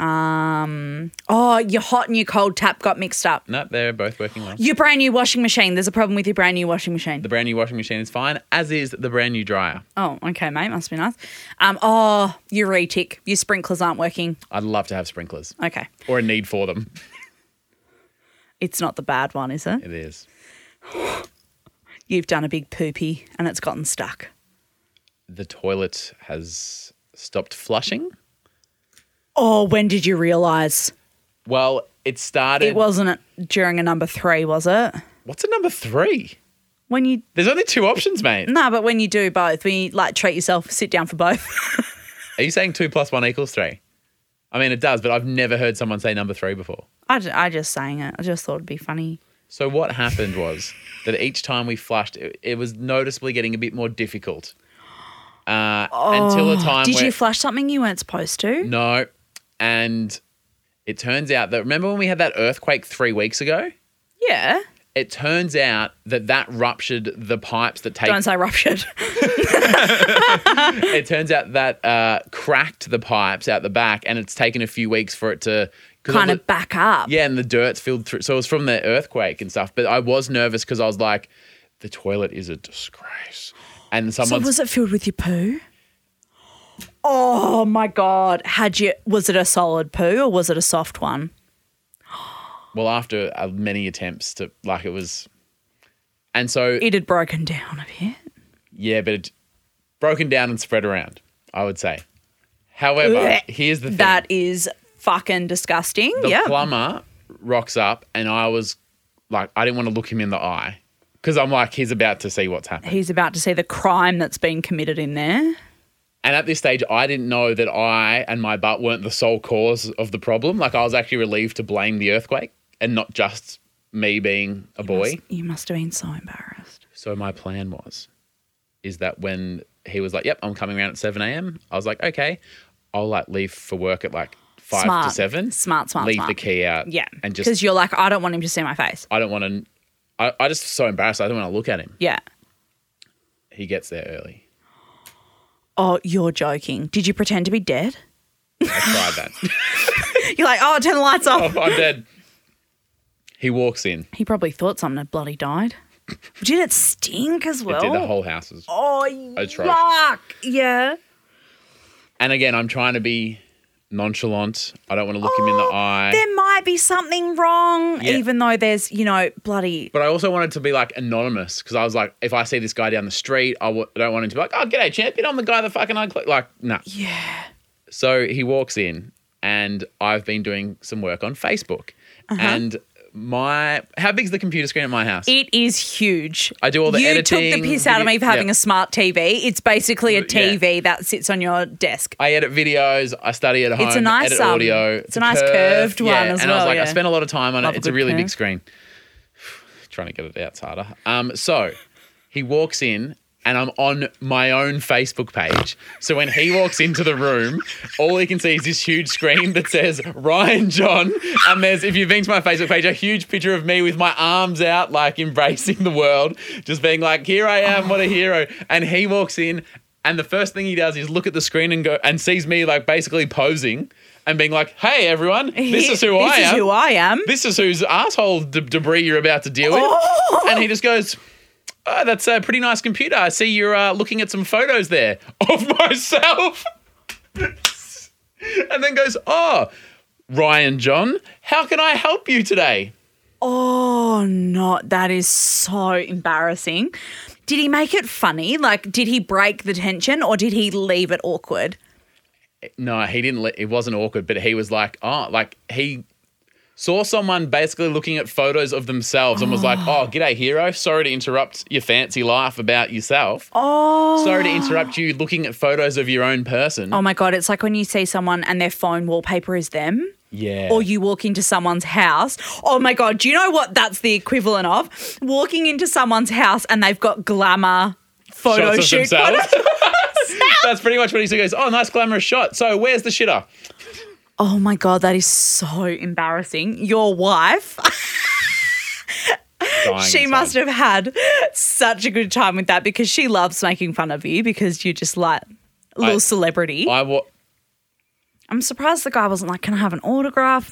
[SPEAKER 3] Oh, your hot and your cold tap got mixed up.
[SPEAKER 1] No, they're both working well.
[SPEAKER 3] Your brand new washing machine. There's a problem with your brand new washing machine.
[SPEAKER 1] The brand new washing machine is fine, as is the brand new dryer.
[SPEAKER 3] oh, okay, mate. Must be nice. Um, oh, your retic. Your sprinklers aren't working.
[SPEAKER 1] I'd love to have sprinklers
[SPEAKER 3] Okay.
[SPEAKER 1] or a need for them.
[SPEAKER 3] It's not the bad one, is it?
[SPEAKER 1] It is.
[SPEAKER 3] You've done a big poopy and it's gotten stuck.
[SPEAKER 1] the toilet has stopped flushing.
[SPEAKER 3] Oh, when did you realise?
[SPEAKER 1] Well, it started.
[SPEAKER 3] It wasn't during a number three, was it?
[SPEAKER 1] What's a number three?
[SPEAKER 3] When you
[SPEAKER 1] There's only two options, mate.
[SPEAKER 3] no, but when you do both, when you like treat yourself, sit down for both.
[SPEAKER 1] Are you saying two plus one equals three? I mean, it does, but I've never heard someone say number three before.
[SPEAKER 3] I, ju- I just sang it. I just thought it'd be funny.
[SPEAKER 1] So what happened was that each time we flushed, it, it was noticeably getting a bit more difficult. Uh, until a time
[SPEAKER 3] Oh, Did
[SPEAKER 1] where
[SPEAKER 3] you flush something you weren't supposed to?
[SPEAKER 1] no, and it turns out that remember when we had that earthquake three weeks ago?
[SPEAKER 3] Yeah.
[SPEAKER 1] It turns out that that ruptured the pipes that take
[SPEAKER 3] Don't say ruptured.
[SPEAKER 1] it turns out that uh, cracked the pipes out the back, and it's taken a few weeks for it to 'cause
[SPEAKER 3] kind
[SPEAKER 1] all
[SPEAKER 3] of
[SPEAKER 1] the-
[SPEAKER 3] back up.
[SPEAKER 1] yeah, and the dirt's filled through. So it was from the earthquake and stuff. But I was nervous because I was like, the toilet is a disgrace, and
[SPEAKER 3] So
[SPEAKER 1] someone's
[SPEAKER 3] was it filled with your poo? Oh my god! Had you? Was it a solid poo or was it a soft one?
[SPEAKER 1] well after uh, many attempts to like it was, and so
[SPEAKER 3] It had broken down a bit.
[SPEAKER 1] yeah, but it broken down and spread around. I would say. However,
[SPEAKER 3] Blech.
[SPEAKER 1] here's the thing.
[SPEAKER 3] That is fucking disgusting.
[SPEAKER 1] the
[SPEAKER 3] yeah.
[SPEAKER 1] plumber rocks up and I was like, I didn't want to look him in the eye because I'm like, he's about to see what's happened.
[SPEAKER 3] He's about to see the crime that's been committed in there.
[SPEAKER 1] and at this stage, I didn't know that I and my butt weren't the sole cause of the problem. Like, I was actually relieved to blame the earthquake and not just me being a boy.
[SPEAKER 3] You must have been so embarrassed.
[SPEAKER 1] So my plan was, is that when he was like, "Yep, I'm coming around at seven a.m." I was like, "Okay, I'll like leave for work at like five to
[SPEAKER 3] Smart.
[SPEAKER 1] seven.
[SPEAKER 3] Smart, smart,
[SPEAKER 1] Leave
[SPEAKER 3] smart.
[SPEAKER 1] the key out.
[SPEAKER 3] Yeah.
[SPEAKER 1] and
[SPEAKER 3] because
[SPEAKER 1] just
[SPEAKER 3] you're like, I don't want him to see my face.
[SPEAKER 1] I don't want to. I, I just so embarrassed. I don't want to look at him.
[SPEAKER 3] Yeah.
[SPEAKER 1] He gets there early.
[SPEAKER 3] Oh, you're joking. Did you pretend to be dead?
[SPEAKER 1] I tried that.
[SPEAKER 3] You're like, oh, turn the lights off.
[SPEAKER 1] I'm dead. He walks in.
[SPEAKER 3] He probably thought something had bloody died. Did it stink as well?
[SPEAKER 1] Dude, the whole house is.
[SPEAKER 3] oh,
[SPEAKER 1] Atrocious.
[SPEAKER 3] yuck. Yeah.
[SPEAKER 1] And again, I'm trying to be nonchalant. I don't want to look him in the
[SPEAKER 3] Oh,
[SPEAKER 1] eye.
[SPEAKER 3] There might be something wrong,
[SPEAKER 1] Yeah.
[SPEAKER 3] even though there's, you know, bloody.
[SPEAKER 1] But I also wanted to be like anonymous because I was like, if I see this guy down the street, I w- I don't want him to be like, oh, g'day, champion. I'm the guy that fucking unclicked. Like, nah.
[SPEAKER 3] Yeah.
[SPEAKER 1] So he walks in, and I've been doing some work on Facebook.
[SPEAKER 3] Uh-huh.
[SPEAKER 1] And my, how big's the computer screen at my house?
[SPEAKER 3] It is huge.
[SPEAKER 1] I do all the
[SPEAKER 3] you You took
[SPEAKER 1] editing,
[SPEAKER 3] the piss out of
[SPEAKER 1] video-
[SPEAKER 3] me for having
[SPEAKER 1] yeah.
[SPEAKER 3] a smart TV. It's basically a
[SPEAKER 1] Yeah.
[SPEAKER 3] TV that sits on your desk.
[SPEAKER 1] I edit videos. I study at home.
[SPEAKER 3] a nice,
[SPEAKER 1] edit
[SPEAKER 3] um,
[SPEAKER 1] audio.
[SPEAKER 3] it's a nice curved one as
[SPEAKER 1] and I was
[SPEAKER 3] well,
[SPEAKER 1] like, I
[SPEAKER 3] yeah.
[SPEAKER 1] spent a lot of time on
[SPEAKER 3] Love
[SPEAKER 1] it.
[SPEAKER 3] a
[SPEAKER 1] It's a
[SPEAKER 3] good
[SPEAKER 1] really big
[SPEAKER 3] curve.
[SPEAKER 1] screen. Trying to get it out's harder. Um, so he walks in and I'm on my own Facebook page. So when he walks into the room, all he can see is this huge screen that says Ryan John. And there's, if you've been to my Facebook page, a huge picture of me with my arms out, like embracing the world, just being like, here I am, what a hero. And he walks in, and the first thing he does is look at the screen and go and sees me like basically posing and being like, hey everyone, this is who I
[SPEAKER 3] This
[SPEAKER 1] am.
[SPEAKER 3] is who I am.
[SPEAKER 1] this is whose asshole d- debris you're about to deal with. And he just goes, oh, that's a pretty nice computer. I see you're uh, looking at some photos there of myself. and then goes, oh, Ryan John, how can I help you today?
[SPEAKER 3] Oh, not that is so embarrassing. Did he make it funny? Like, did he break the tension or did he leave it awkward?
[SPEAKER 1] No, he didn't. Let, it wasn't awkward, but he was like, oh, like he saw someone basically looking at photos of themselves and was like, oh, g'day, hero. Sorry to interrupt your fancy life about yourself.
[SPEAKER 3] Oh.
[SPEAKER 1] Sorry to interrupt you looking at photos of your own person.
[SPEAKER 3] Oh my God, it's like when you see someone and their phone wallpaper is them.
[SPEAKER 1] yeah.
[SPEAKER 3] Or you walk into someone's house. Oh my God, do you know what that's the equivalent of? Walking into someone's house and they've got glamour photo
[SPEAKER 1] shots
[SPEAKER 3] shoot.
[SPEAKER 1] of themselves. That's pretty much what he said. He goes, oh, nice glamorous shot. So where's the shitter?
[SPEAKER 3] Oh my God, that is so embarrassing. Your wife
[SPEAKER 1] Dying
[SPEAKER 3] she
[SPEAKER 1] inside.
[SPEAKER 3] must have had such a good time with that because she loves making fun of you because you're just like a little
[SPEAKER 1] I-
[SPEAKER 3] celebrity. I,
[SPEAKER 1] I wa-
[SPEAKER 3] am surprised the guy wasn't like, "Can I have an autograph,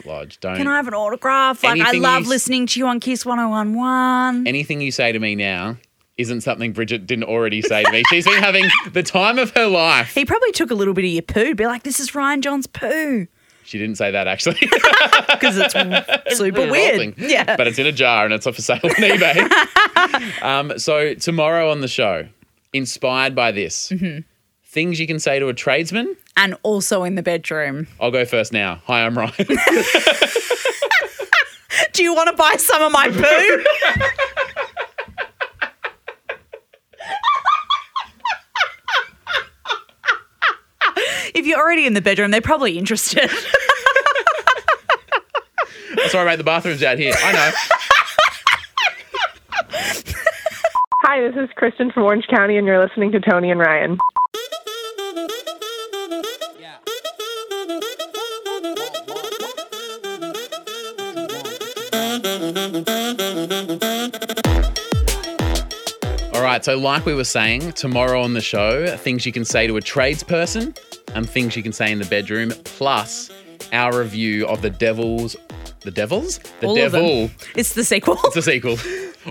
[SPEAKER 1] Tony Lodge, don't.
[SPEAKER 3] Mm. Can I have an autograph?" Like, I
[SPEAKER 1] Anything
[SPEAKER 3] love
[SPEAKER 1] you s-
[SPEAKER 3] listening to you on Kiss 101.1.
[SPEAKER 1] Anything you say to me now isn't something Bridget didn't already say to me. She's been having the time of her life.
[SPEAKER 3] He probably took a little bit of your poo, be like, "This is Ryan John's poo,"
[SPEAKER 1] She didn't say that actually.
[SPEAKER 3] because it's super
[SPEAKER 1] Revolting.
[SPEAKER 3] weird. Yeah.
[SPEAKER 1] But it's in a jar and it's up for sale on eBay. um, so tomorrow on the show, inspired by this,
[SPEAKER 3] Mm-hmm.
[SPEAKER 1] things you can say to a tradesman.
[SPEAKER 3] and also in the bedroom.
[SPEAKER 1] I'll go first now. Hi, I'm Ryan.
[SPEAKER 3] Do you want to buy some of my poo? if you're already in the bedroom, they're probably interested.
[SPEAKER 1] Sorry, mate. The bathroom's out here. I know.
[SPEAKER 2] Hi, this is Kristen from Orange County, and you're listening to Tony and Ryan.
[SPEAKER 1] All right, so like we were saying, tomorrow on the show, things you can say to a tradesperson and things you can say in the bedroom, plus our review of the Devils. The Devils? The
[SPEAKER 3] All of them.
[SPEAKER 1] Devil.
[SPEAKER 3] It's the sequel.
[SPEAKER 1] It's a sequel.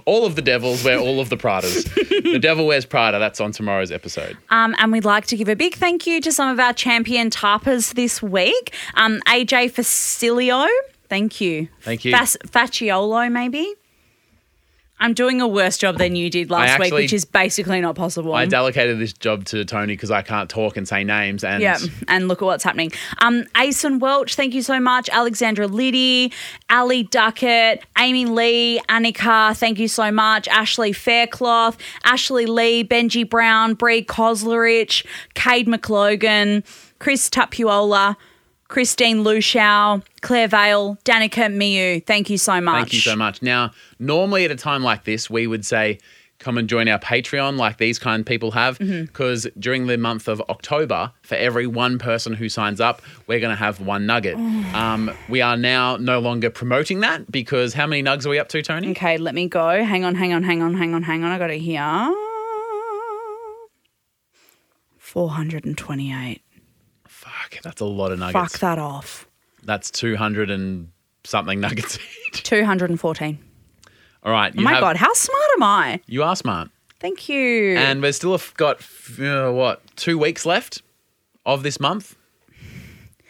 [SPEAKER 1] all of the Devils wear all of the Pradas. the Devil Wears Prada. That's on tomorrow's episode.
[SPEAKER 3] Um, and we'd like to give a big thank you to some of our champion tarpers this week. Um, AJ Facilio, thank you.
[SPEAKER 1] Thank you.
[SPEAKER 3] Fas- Facciolo, maybe? I'm doing a worse job than you did last week,
[SPEAKER 1] actually-
[SPEAKER 3] which is basically not possible.
[SPEAKER 1] I delegated this job to Tony because I can't talk and say names. And
[SPEAKER 3] Yeah, and look at what's happening. Um, Ace and Welch, thank you so much. Alexandra Liddy, Ali Duckett, Amy Lee, Annika, thank you so much. Ashley Faircloth, Ashley Lee, Benji Brown, Bree Koslerich, Cade McLogan, Chris Tapuola, Christine Lushau, Claire Vale, Danica Miu. Thank you so much.
[SPEAKER 1] Thank you so much. Now, normally at a time like this, we would say, come and join our Patreon, like these kind of people have, because during the month of October, for every one person who signs up, we're going to have one nugget. um, we are now no longer promoting that because how many nugs are we up to, Tony?
[SPEAKER 3] Okay, let me go. Hang on, hang on, hang on, hang on, hang on. I got it here. 428.
[SPEAKER 1] Fuck, that's a lot of
[SPEAKER 3] Fuck
[SPEAKER 1] nuggets.
[SPEAKER 3] that off.
[SPEAKER 1] That's 200 and something nuggets each.
[SPEAKER 3] 214.
[SPEAKER 1] All right. You
[SPEAKER 3] Oh my
[SPEAKER 1] have-
[SPEAKER 3] God, how smart am I?
[SPEAKER 1] You are smart.
[SPEAKER 3] Thank you.
[SPEAKER 1] And we've still have got, f- uh, what, two weeks left of this month?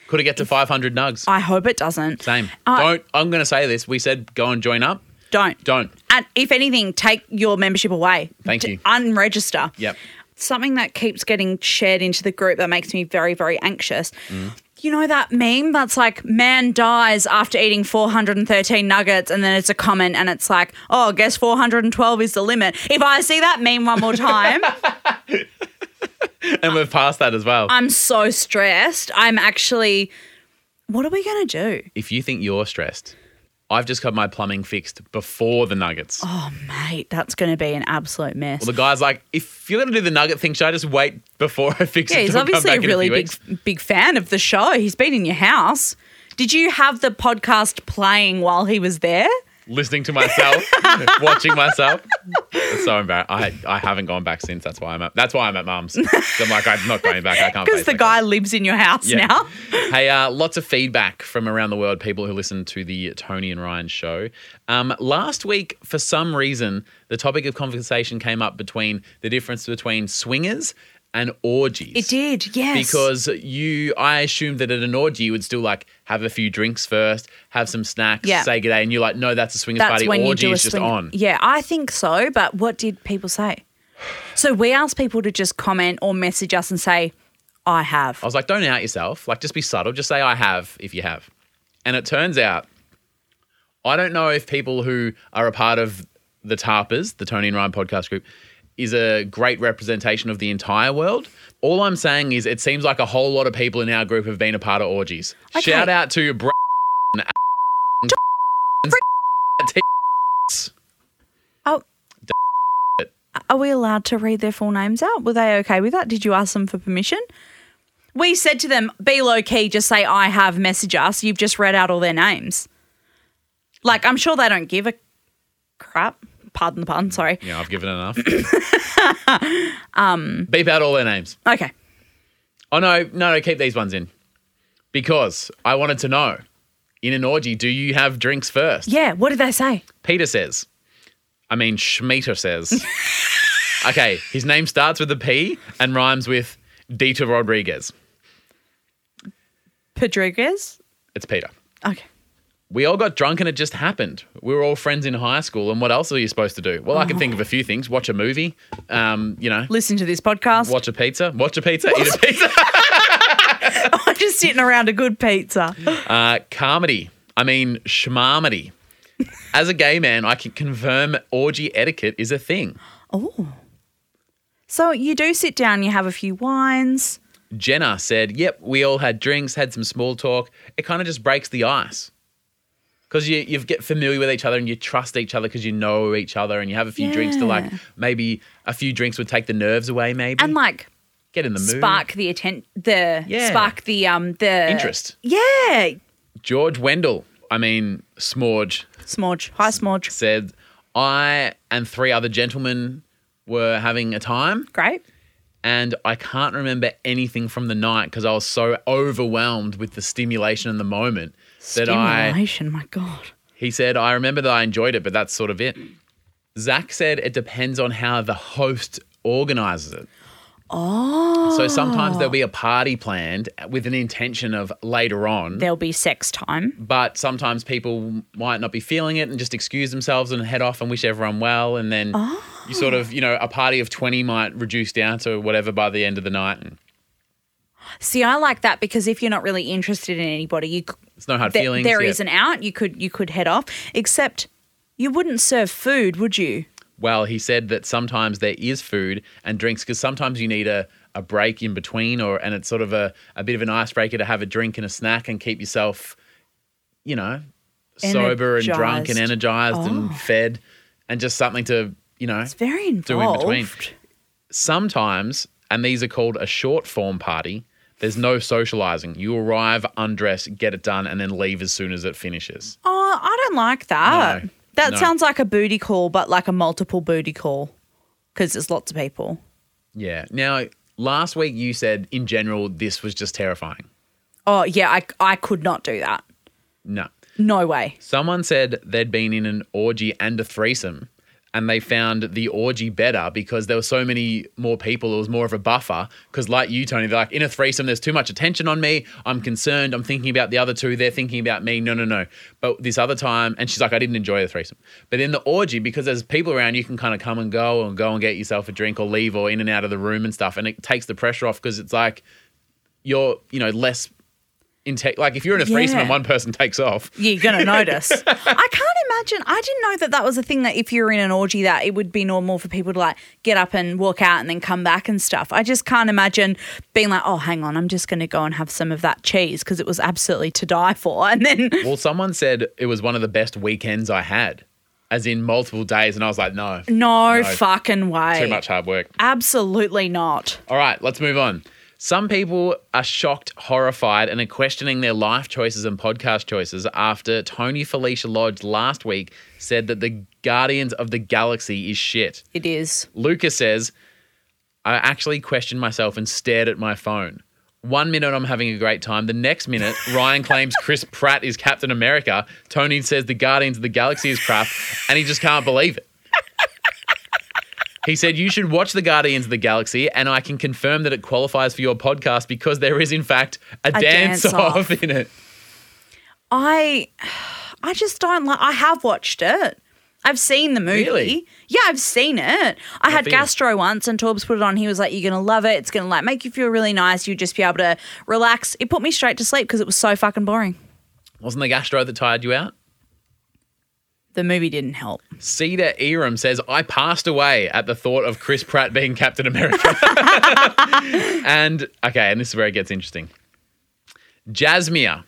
[SPEAKER 1] Could it get to 500 nugs?
[SPEAKER 3] I hope it doesn't.
[SPEAKER 1] Same.
[SPEAKER 3] Uh,
[SPEAKER 1] don't. I'm going to say this. We said go and join up.
[SPEAKER 3] Don't.
[SPEAKER 1] Don't.
[SPEAKER 3] And if anything, take your membership away.
[SPEAKER 1] Thank
[SPEAKER 3] D-
[SPEAKER 1] you.
[SPEAKER 3] Unregister.
[SPEAKER 1] Yep.
[SPEAKER 3] Something that keeps getting shared into the group that makes me very, very anxious.
[SPEAKER 1] Mm.
[SPEAKER 3] You know that meme that's like, man dies after eating 413 nuggets, and then it's a comment and it's like, oh, guess 412 is the limit. If I see that meme one more time,
[SPEAKER 1] And we've passed that as well.
[SPEAKER 3] I'm so stressed. I'm actually, what are we going to do?
[SPEAKER 1] if you think you're stressed, I've just got my plumbing fixed before the nuggets.
[SPEAKER 3] Oh, mate, that's going to be an absolute mess.
[SPEAKER 1] Well, the guy's like, if you're going to do the nugget thing, should I just wait before I fix
[SPEAKER 3] yeah,
[SPEAKER 1] it?
[SPEAKER 3] he's
[SPEAKER 1] till I come
[SPEAKER 3] obviously
[SPEAKER 1] back
[SPEAKER 3] a
[SPEAKER 1] in
[SPEAKER 3] really
[SPEAKER 1] few
[SPEAKER 3] big
[SPEAKER 1] weeks?"
[SPEAKER 3] big fan of the show. He's been in your house. Did you have the podcast playing while he was there?
[SPEAKER 1] Listening to myself, watching myself. It's so embarrassing. I, I haven't gone back since. That's why I'm at, that's why I'm at mum's. I'm like, I'm not going back. I can't.
[SPEAKER 3] Because
[SPEAKER 1] face
[SPEAKER 3] the
[SPEAKER 1] that
[SPEAKER 3] guy lives in your house
[SPEAKER 1] Yeah.
[SPEAKER 3] now.
[SPEAKER 1] hey, uh, lots of feedback from around the world, people who listen to the Tony and Ryan show. Um, last week, for some reason, the topic of conversation came up between the difference between swingers and orgies.
[SPEAKER 3] It did, yes.
[SPEAKER 1] Because you, I assumed that at an orgy you would still like have a few drinks first, have some snacks,
[SPEAKER 3] Yeah.
[SPEAKER 1] say good day, and you're like, no, that's a swingers
[SPEAKER 3] that's
[SPEAKER 1] party.
[SPEAKER 3] when
[SPEAKER 1] orgy
[SPEAKER 3] you do a
[SPEAKER 1] is just
[SPEAKER 3] swing.
[SPEAKER 1] on.
[SPEAKER 3] Yeah, I think so. But what did people say? So we asked people to just comment or message us and say, "I have."
[SPEAKER 1] I was like, don't out yourself. Like, just be subtle. Just say, I have, if you have. And it turns out, I don't know if people who are a part of the TARPers, the Tony and Ryan podcast group, is a great representation of the entire world. All I'm saying is, it seems like a whole lot of people in our group have been a part of orgies.
[SPEAKER 3] Okay.
[SPEAKER 1] Shout out to br- and and t-
[SPEAKER 3] Oh.
[SPEAKER 1] it.
[SPEAKER 3] Are we allowed to read their full names out? Were they okay with that? Did you ask them for permission? We said to them, be low key, just say, I have, message us. You've just read out all their names. Like, I'm sure they don't give a crap. Pardon the pun, sorry.
[SPEAKER 1] Yeah, I've given enough. um, Beep out all their names.
[SPEAKER 3] Okay.
[SPEAKER 1] Oh no, no, no, keep these ones in. Because I wanted to know, in an orgy, do you have drinks first?
[SPEAKER 3] Yeah, what did they say?
[SPEAKER 1] Peter says. I mean Schmeter says. okay, his name starts with a P and rhymes with Dieter Rodriguez.
[SPEAKER 3] Pedriguez?
[SPEAKER 1] It's Peter.
[SPEAKER 3] Okay.
[SPEAKER 1] We all got drunk and it just happened. We were all friends in high school, and what else are you supposed to do? Well, I can think of a few things: watch a movie, um, you know,
[SPEAKER 3] Listen to this podcast.
[SPEAKER 1] watch a pizza, watch a pizza, eat a pizza.
[SPEAKER 3] I'm just sitting around a good pizza.
[SPEAKER 1] Uh, comedy. I mean, schmarmedy. As a gay man, I can confirm orgy etiquette is a thing.
[SPEAKER 3] So you do sit down, you have a few wines.
[SPEAKER 1] Jenna said, Yep, we all had drinks, had some small talk. It kind of just breaks the ice. Because you, you get familiar with each other and you trust each other because you know each other and you have a few drinks to like,
[SPEAKER 3] Yeah.
[SPEAKER 1] maybe a few drinks would take the nerves away, maybe.
[SPEAKER 3] And like,
[SPEAKER 1] get in the mood.
[SPEAKER 3] spark the attent the
[SPEAKER 1] Yeah.
[SPEAKER 3] spark the um the
[SPEAKER 1] Interest.
[SPEAKER 3] Yeah.
[SPEAKER 1] George Wendell, I mean, Smorge,
[SPEAKER 3] Smudge. Hi Smudge.
[SPEAKER 1] said, I and three other gentlemen were having a time.
[SPEAKER 3] Great.
[SPEAKER 1] and I can't remember anything from the night because I was so overwhelmed with the stimulation in the moment that I.
[SPEAKER 3] Stimulation, my God.
[SPEAKER 1] He said, I remember that I enjoyed it, but that's sort of it. Zach said it depends on how the host organizes it. Oh. So sometimes there'll be a party planned with an intention of later on,
[SPEAKER 3] There'll be sex time.
[SPEAKER 1] but sometimes people might not be feeling it and just excuse themselves and head off and wish everyone well. And then you sort of, you know, a party of 20 might reduce down to whatever by the end of the night. And,
[SPEAKER 3] See, I like that because if you're not really interested in anybody, you c-
[SPEAKER 1] It's no hard
[SPEAKER 3] th-
[SPEAKER 1] feelings.
[SPEAKER 3] there
[SPEAKER 1] yeah.
[SPEAKER 3] is an out. You could you could head off. Except you wouldn't serve food, would you?
[SPEAKER 1] Well, he said that sometimes there is food and drinks because sometimes you need a, a break in between, or and it's sort of a, a bit of an icebreaker to have a drink and a snack and keep yourself, you know, sober and drunk and
[SPEAKER 3] Energised.
[SPEAKER 1] energized and fed, and just something to you know.
[SPEAKER 3] Oh. It's very
[SPEAKER 1] Do in
[SPEAKER 3] involved.
[SPEAKER 1] between. Sometimes, and these are called a short form party. There's no socializing. You arrive, undress, get it done, and then leave as soon as it finishes.
[SPEAKER 3] Oh, I don't like that.
[SPEAKER 1] No,
[SPEAKER 3] that
[SPEAKER 1] no.
[SPEAKER 3] sounds like a booty call, but like a multiple booty call because there's lots of people.
[SPEAKER 1] Yeah. Now, last week you said in general this was just terrifying.
[SPEAKER 3] Oh yeah, I I could not do that.
[SPEAKER 1] No.
[SPEAKER 3] No way.
[SPEAKER 1] Someone said they'd been in an orgy and a threesome and they found the orgy better because there were so many more people. It was more of a buffer. Because, like you, Tony, they're like, in a threesome, there's too much attention on me. I'm concerned. I'm thinking about the other two. They're thinking about me. No, no, no. But this other time, and she's like, I didn't enjoy the threesome. But in the orgy, because there's people around, you can kind of come and go and go and get yourself a drink or leave or in and out of the room and stuff. And it takes the pressure off because it's like you're, you know, less. intake. like if you're in a threesome
[SPEAKER 3] Yeah.
[SPEAKER 1] and one person takes off,
[SPEAKER 3] You're gonna notice. I can't imagine. I didn't know that that was a thing that if you were in an orgy that it would be normal for people to like get up and walk out and then come back and stuff. I just can't imagine being like, oh, hang on, I'm just going to go and have some of that cheese because it was absolutely to die for. And then
[SPEAKER 1] Well, someone said it was one of the best weekends I had, as in multiple days, and I was like, no,
[SPEAKER 3] no,
[SPEAKER 1] No.
[SPEAKER 3] fucking way.
[SPEAKER 1] too much hard work.
[SPEAKER 3] Absolutely not.
[SPEAKER 1] All right, let's move on. Some people are shocked, horrified, and are questioning their life choices and podcast choices after Tony Felicia Lodge last week said that the Guardians of the Galaxy is shit.
[SPEAKER 3] It is.
[SPEAKER 1] Luca says, I actually questioned myself and stared at my phone. One minute I'm having a great time. The next minute, Ryan claims Chris Pratt is Captain America. Tony says the Guardians of the Galaxy is crap, and he just can't believe it. He said, You should watch The Guardians of the Galaxy, and I can confirm that it qualifies for your podcast because there is, in fact, a, dance,
[SPEAKER 3] dance-off.
[SPEAKER 1] off in it.
[SPEAKER 3] I I just don't like I have watched it. I've seen the movie.
[SPEAKER 1] Really?
[SPEAKER 3] Yeah, I've seen it. I had
[SPEAKER 1] for you?
[SPEAKER 3] gastro once and Torbs put it on. He was like, You're gonna love it. It's gonna like make you feel really nice. You'll just be able to relax. It put me straight to sleep because it was so fucking boring.
[SPEAKER 1] Wasn't the gastro that tired you out?
[SPEAKER 3] The movie didn't help.
[SPEAKER 1] Cedar Eram says, I passed away at the thought of Chris Pratt being Captain America. and okay, and this is where it gets interesting. Jasmia,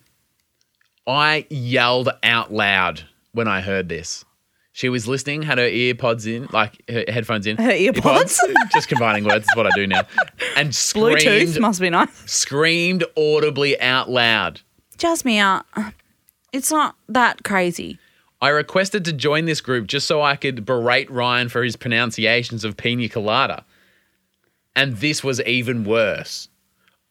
[SPEAKER 1] I yelled out loud when I heard this. She was listening, had her earpods in, like her headphones in.
[SPEAKER 3] Her earpods?
[SPEAKER 1] Just combining words is what I do now. And screamed,
[SPEAKER 3] Bluetooth must be nice.
[SPEAKER 1] screamed audibly out loud.
[SPEAKER 3] Jasmine, uh, it's not that crazy.
[SPEAKER 1] I requested to join this group just so I could berate Ryan for his pronunciations of pina colada. And this was even worse.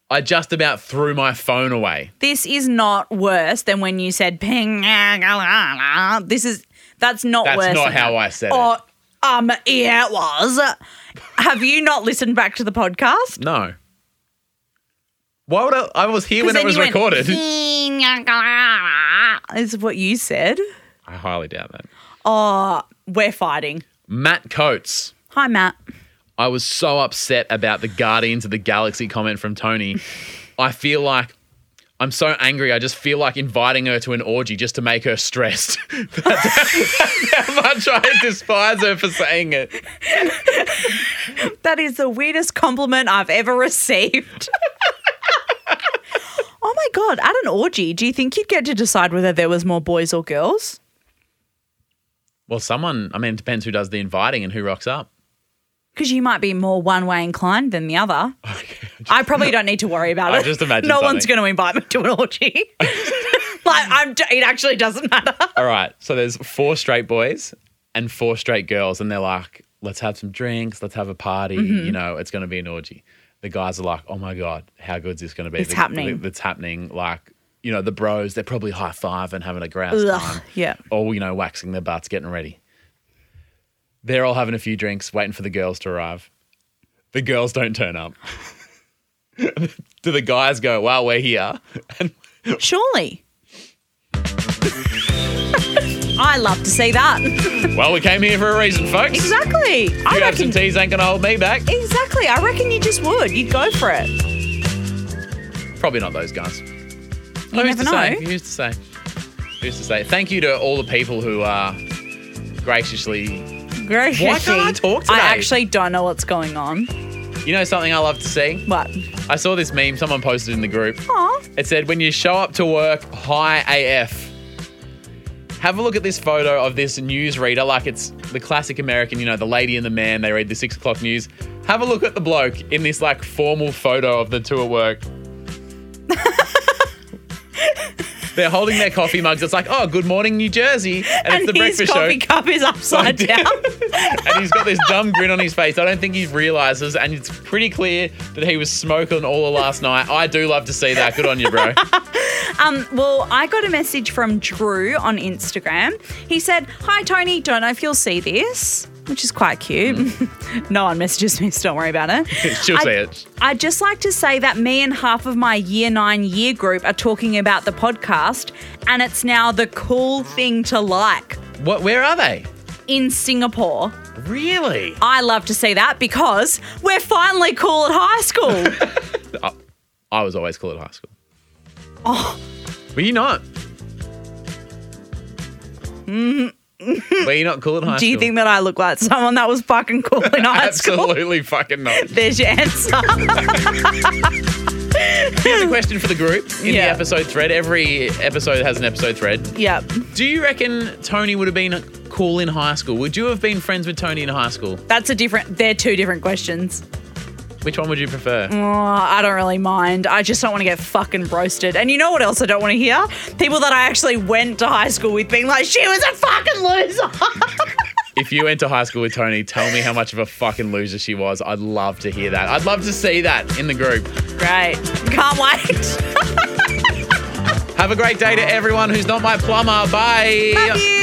[SPEAKER 1] I just about threw my phone away.
[SPEAKER 3] This is not worse than when you said ping. ah, la, la, la." This is that's not
[SPEAKER 1] That's
[SPEAKER 3] worse.
[SPEAKER 1] not
[SPEAKER 3] than
[SPEAKER 1] how
[SPEAKER 3] that.
[SPEAKER 1] I said
[SPEAKER 3] Oh, um, yeah, it was. Have you not listened back to the podcast?
[SPEAKER 1] it. No. Why would I? I was here when it
[SPEAKER 3] then
[SPEAKER 1] was
[SPEAKER 3] you went,
[SPEAKER 1] recorded.
[SPEAKER 3] "Ping, ah, la, la, la," Is what you said.
[SPEAKER 1] I highly doubt that.
[SPEAKER 3] We're fighting.
[SPEAKER 1] Matt Coates.
[SPEAKER 3] Hi, Matt.
[SPEAKER 1] I was so upset about the Guardians of the Galaxy comment from Tony. I feel like I'm so angry. I just feel like inviting her to an orgy just to make her stressed. that's, how, that's how much I despise her for saying it.
[SPEAKER 3] That is the weirdest compliment I've ever received. oh my god! At an orgy, do you think you'd get to decide whether there was more boys or girls?
[SPEAKER 1] Well, someone, I mean, it depends who does the inviting and who rocks up.
[SPEAKER 3] Because you might be more one way inclined than the other. I probably don't need to worry about
[SPEAKER 1] I
[SPEAKER 3] it.
[SPEAKER 1] just imagined
[SPEAKER 3] no one's
[SPEAKER 1] something.
[SPEAKER 3] going to invite me to an orgy. like I'm, it actually doesn't matter.
[SPEAKER 1] All right. So there's four straight boys and four straight girls, and they're like, let's have some drinks, let's have a party.
[SPEAKER 3] Mm-hmm.
[SPEAKER 1] You know, it's going to be an orgy. The guys are like, oh my God, how good's this going to be?
[SPEAKER 3] It's
[SPEAKER 1] The-
[SPEAKER 3] happening.
[SPEAKER 1] the- It's happening. Like, you know, the bros, they're probably high five and having a grouse
[SPEAKER 3] Ugh,
[SPEAKER 1] time.
[SPEAKER 3] yeah.
[SPEAKER 1] All, you know, waxing their butts, getting ready. They're all having a few drinks, waiting for the girls to arrive. The girls don't turn up. Do the guys go, wow, we're here? And
[SPEAKER 3] Surely. I love to see that.
[SPEAKER 1] well, we came here for a reason, folks.
[SPEAKER 3] Exactly. I
[SPEAKER 1] You have some
[SPEAKER 3] reckon.
[SPEAKER 1] teas ain't gonna hold me back.
[SPEAKER 3] Exactly. I reckon you just would. You'd go for it.
[SPEAKER 1] Probably not those guys.
[SPEAKER 3] You
[SPEAKER 1] Who's
[SPEAKER 3] never
[SPEAKER 1] to say?
[SPEAKER 3] know.
[SPEAKER 1] Who's to say? Who's to say? Thank you to all the people who are graciously.
[SPEAKER 3] Great.
[SPEAKER 1] Why can't I talk today?
[SPEAKER 3] I actually don't know what's going on.
[SPEAKER 1] You know something I love to see?
[SPEAKER 3] But
[SPEAKER 1] I saw this meme someone posted in the group.
[SPEAKER 3] aw,
[SPEAKER 1] It said, when you show up to work high AF, have a look at this photo of this newsreader, like it's the classic American, you know, the lady and the man, they read the six o'clock news. Have a look at the bloke in this like formal photo of the two at work. They're holding their coffee mugs. It's like, oh, good morning, New Jersey. And, it's
[SPEAKER 3] and
[SPEAKER 1] the
[SPEAKER 3] his
[SPEAKER 1] breakfast
[SPEAKER 3] coffee
[SPEAKER 1] show.
[SPEAKER 3] cup is upside down.
[SPEAKER 1] and he's got this dumb grin on his face. I don't think he realizes. And it's pretty clear that he was smoking all of last night. I do love to see that. Good on you, bro.
[SPEAKER 3] Um, well, I got a message from Drew on Instagram. He said, Hi, Tony. Don't know if you'll see this, which is quite cute. no one messages me, so don't worry about it.
[SPEAKER 1] She'll
[SPEAKER 3] I-
[SPEAKER 1] say it.
[SPEAKER 3] I'd just like to say that me and half of my year nine year group are talking about the podcast, and it's now the cool thing to like
[SPEAKER 1] What? Where are they?
[SPEAKER 3] in Singapore.
[SPEAKER 1] Really?
[SPEAKER 3] I love to see that because we're finally cool at high school.
[SPEAKER 1] I was always cool at high school. Oh, were you not? Were you not cool in high
[SPEAKER 3] Mm-hmm. Do
[SPEAKER 1] school?
[SPEAKER 3] you think that I look like someone that was fucking cool in high school?
[SPEAKER 1] Absolutely fucking not.
[SPEAKER 3] There's your answer.
[SPEAKER 1] Here's a question for the group in
[SPEAKER 3] Yeah.
[SPEAKER 1] the episode thread. Every episode has an episode thread.
[SPEAKER 3] yep.
[SPEAKER 1] Do you reckon Tony would have been cool in high school? Would you have been friends with Tony in high school?
[SPEAKER 3] That's a different, they're two different questions.
[SPEAKER 1] Which one would you prefer?
[SPEAKER 3] Oh, I don't really mind. I just don't want to get fucking roasted. And you know what else I don't want to hear? People that I actually went to high school with being like, she was a fucking loser.
[SPEAKER 1] If you went to high school with Tony, tell me how much of a fucking loser she was. I'd love to hear that. I'd love to see that in the group.
[SPEAKER 3] Great. Can't wait.
[SPEAKER 1] Have a great day to everyone who's not my plumber. Bye.
[SPEAKER 3] Love you.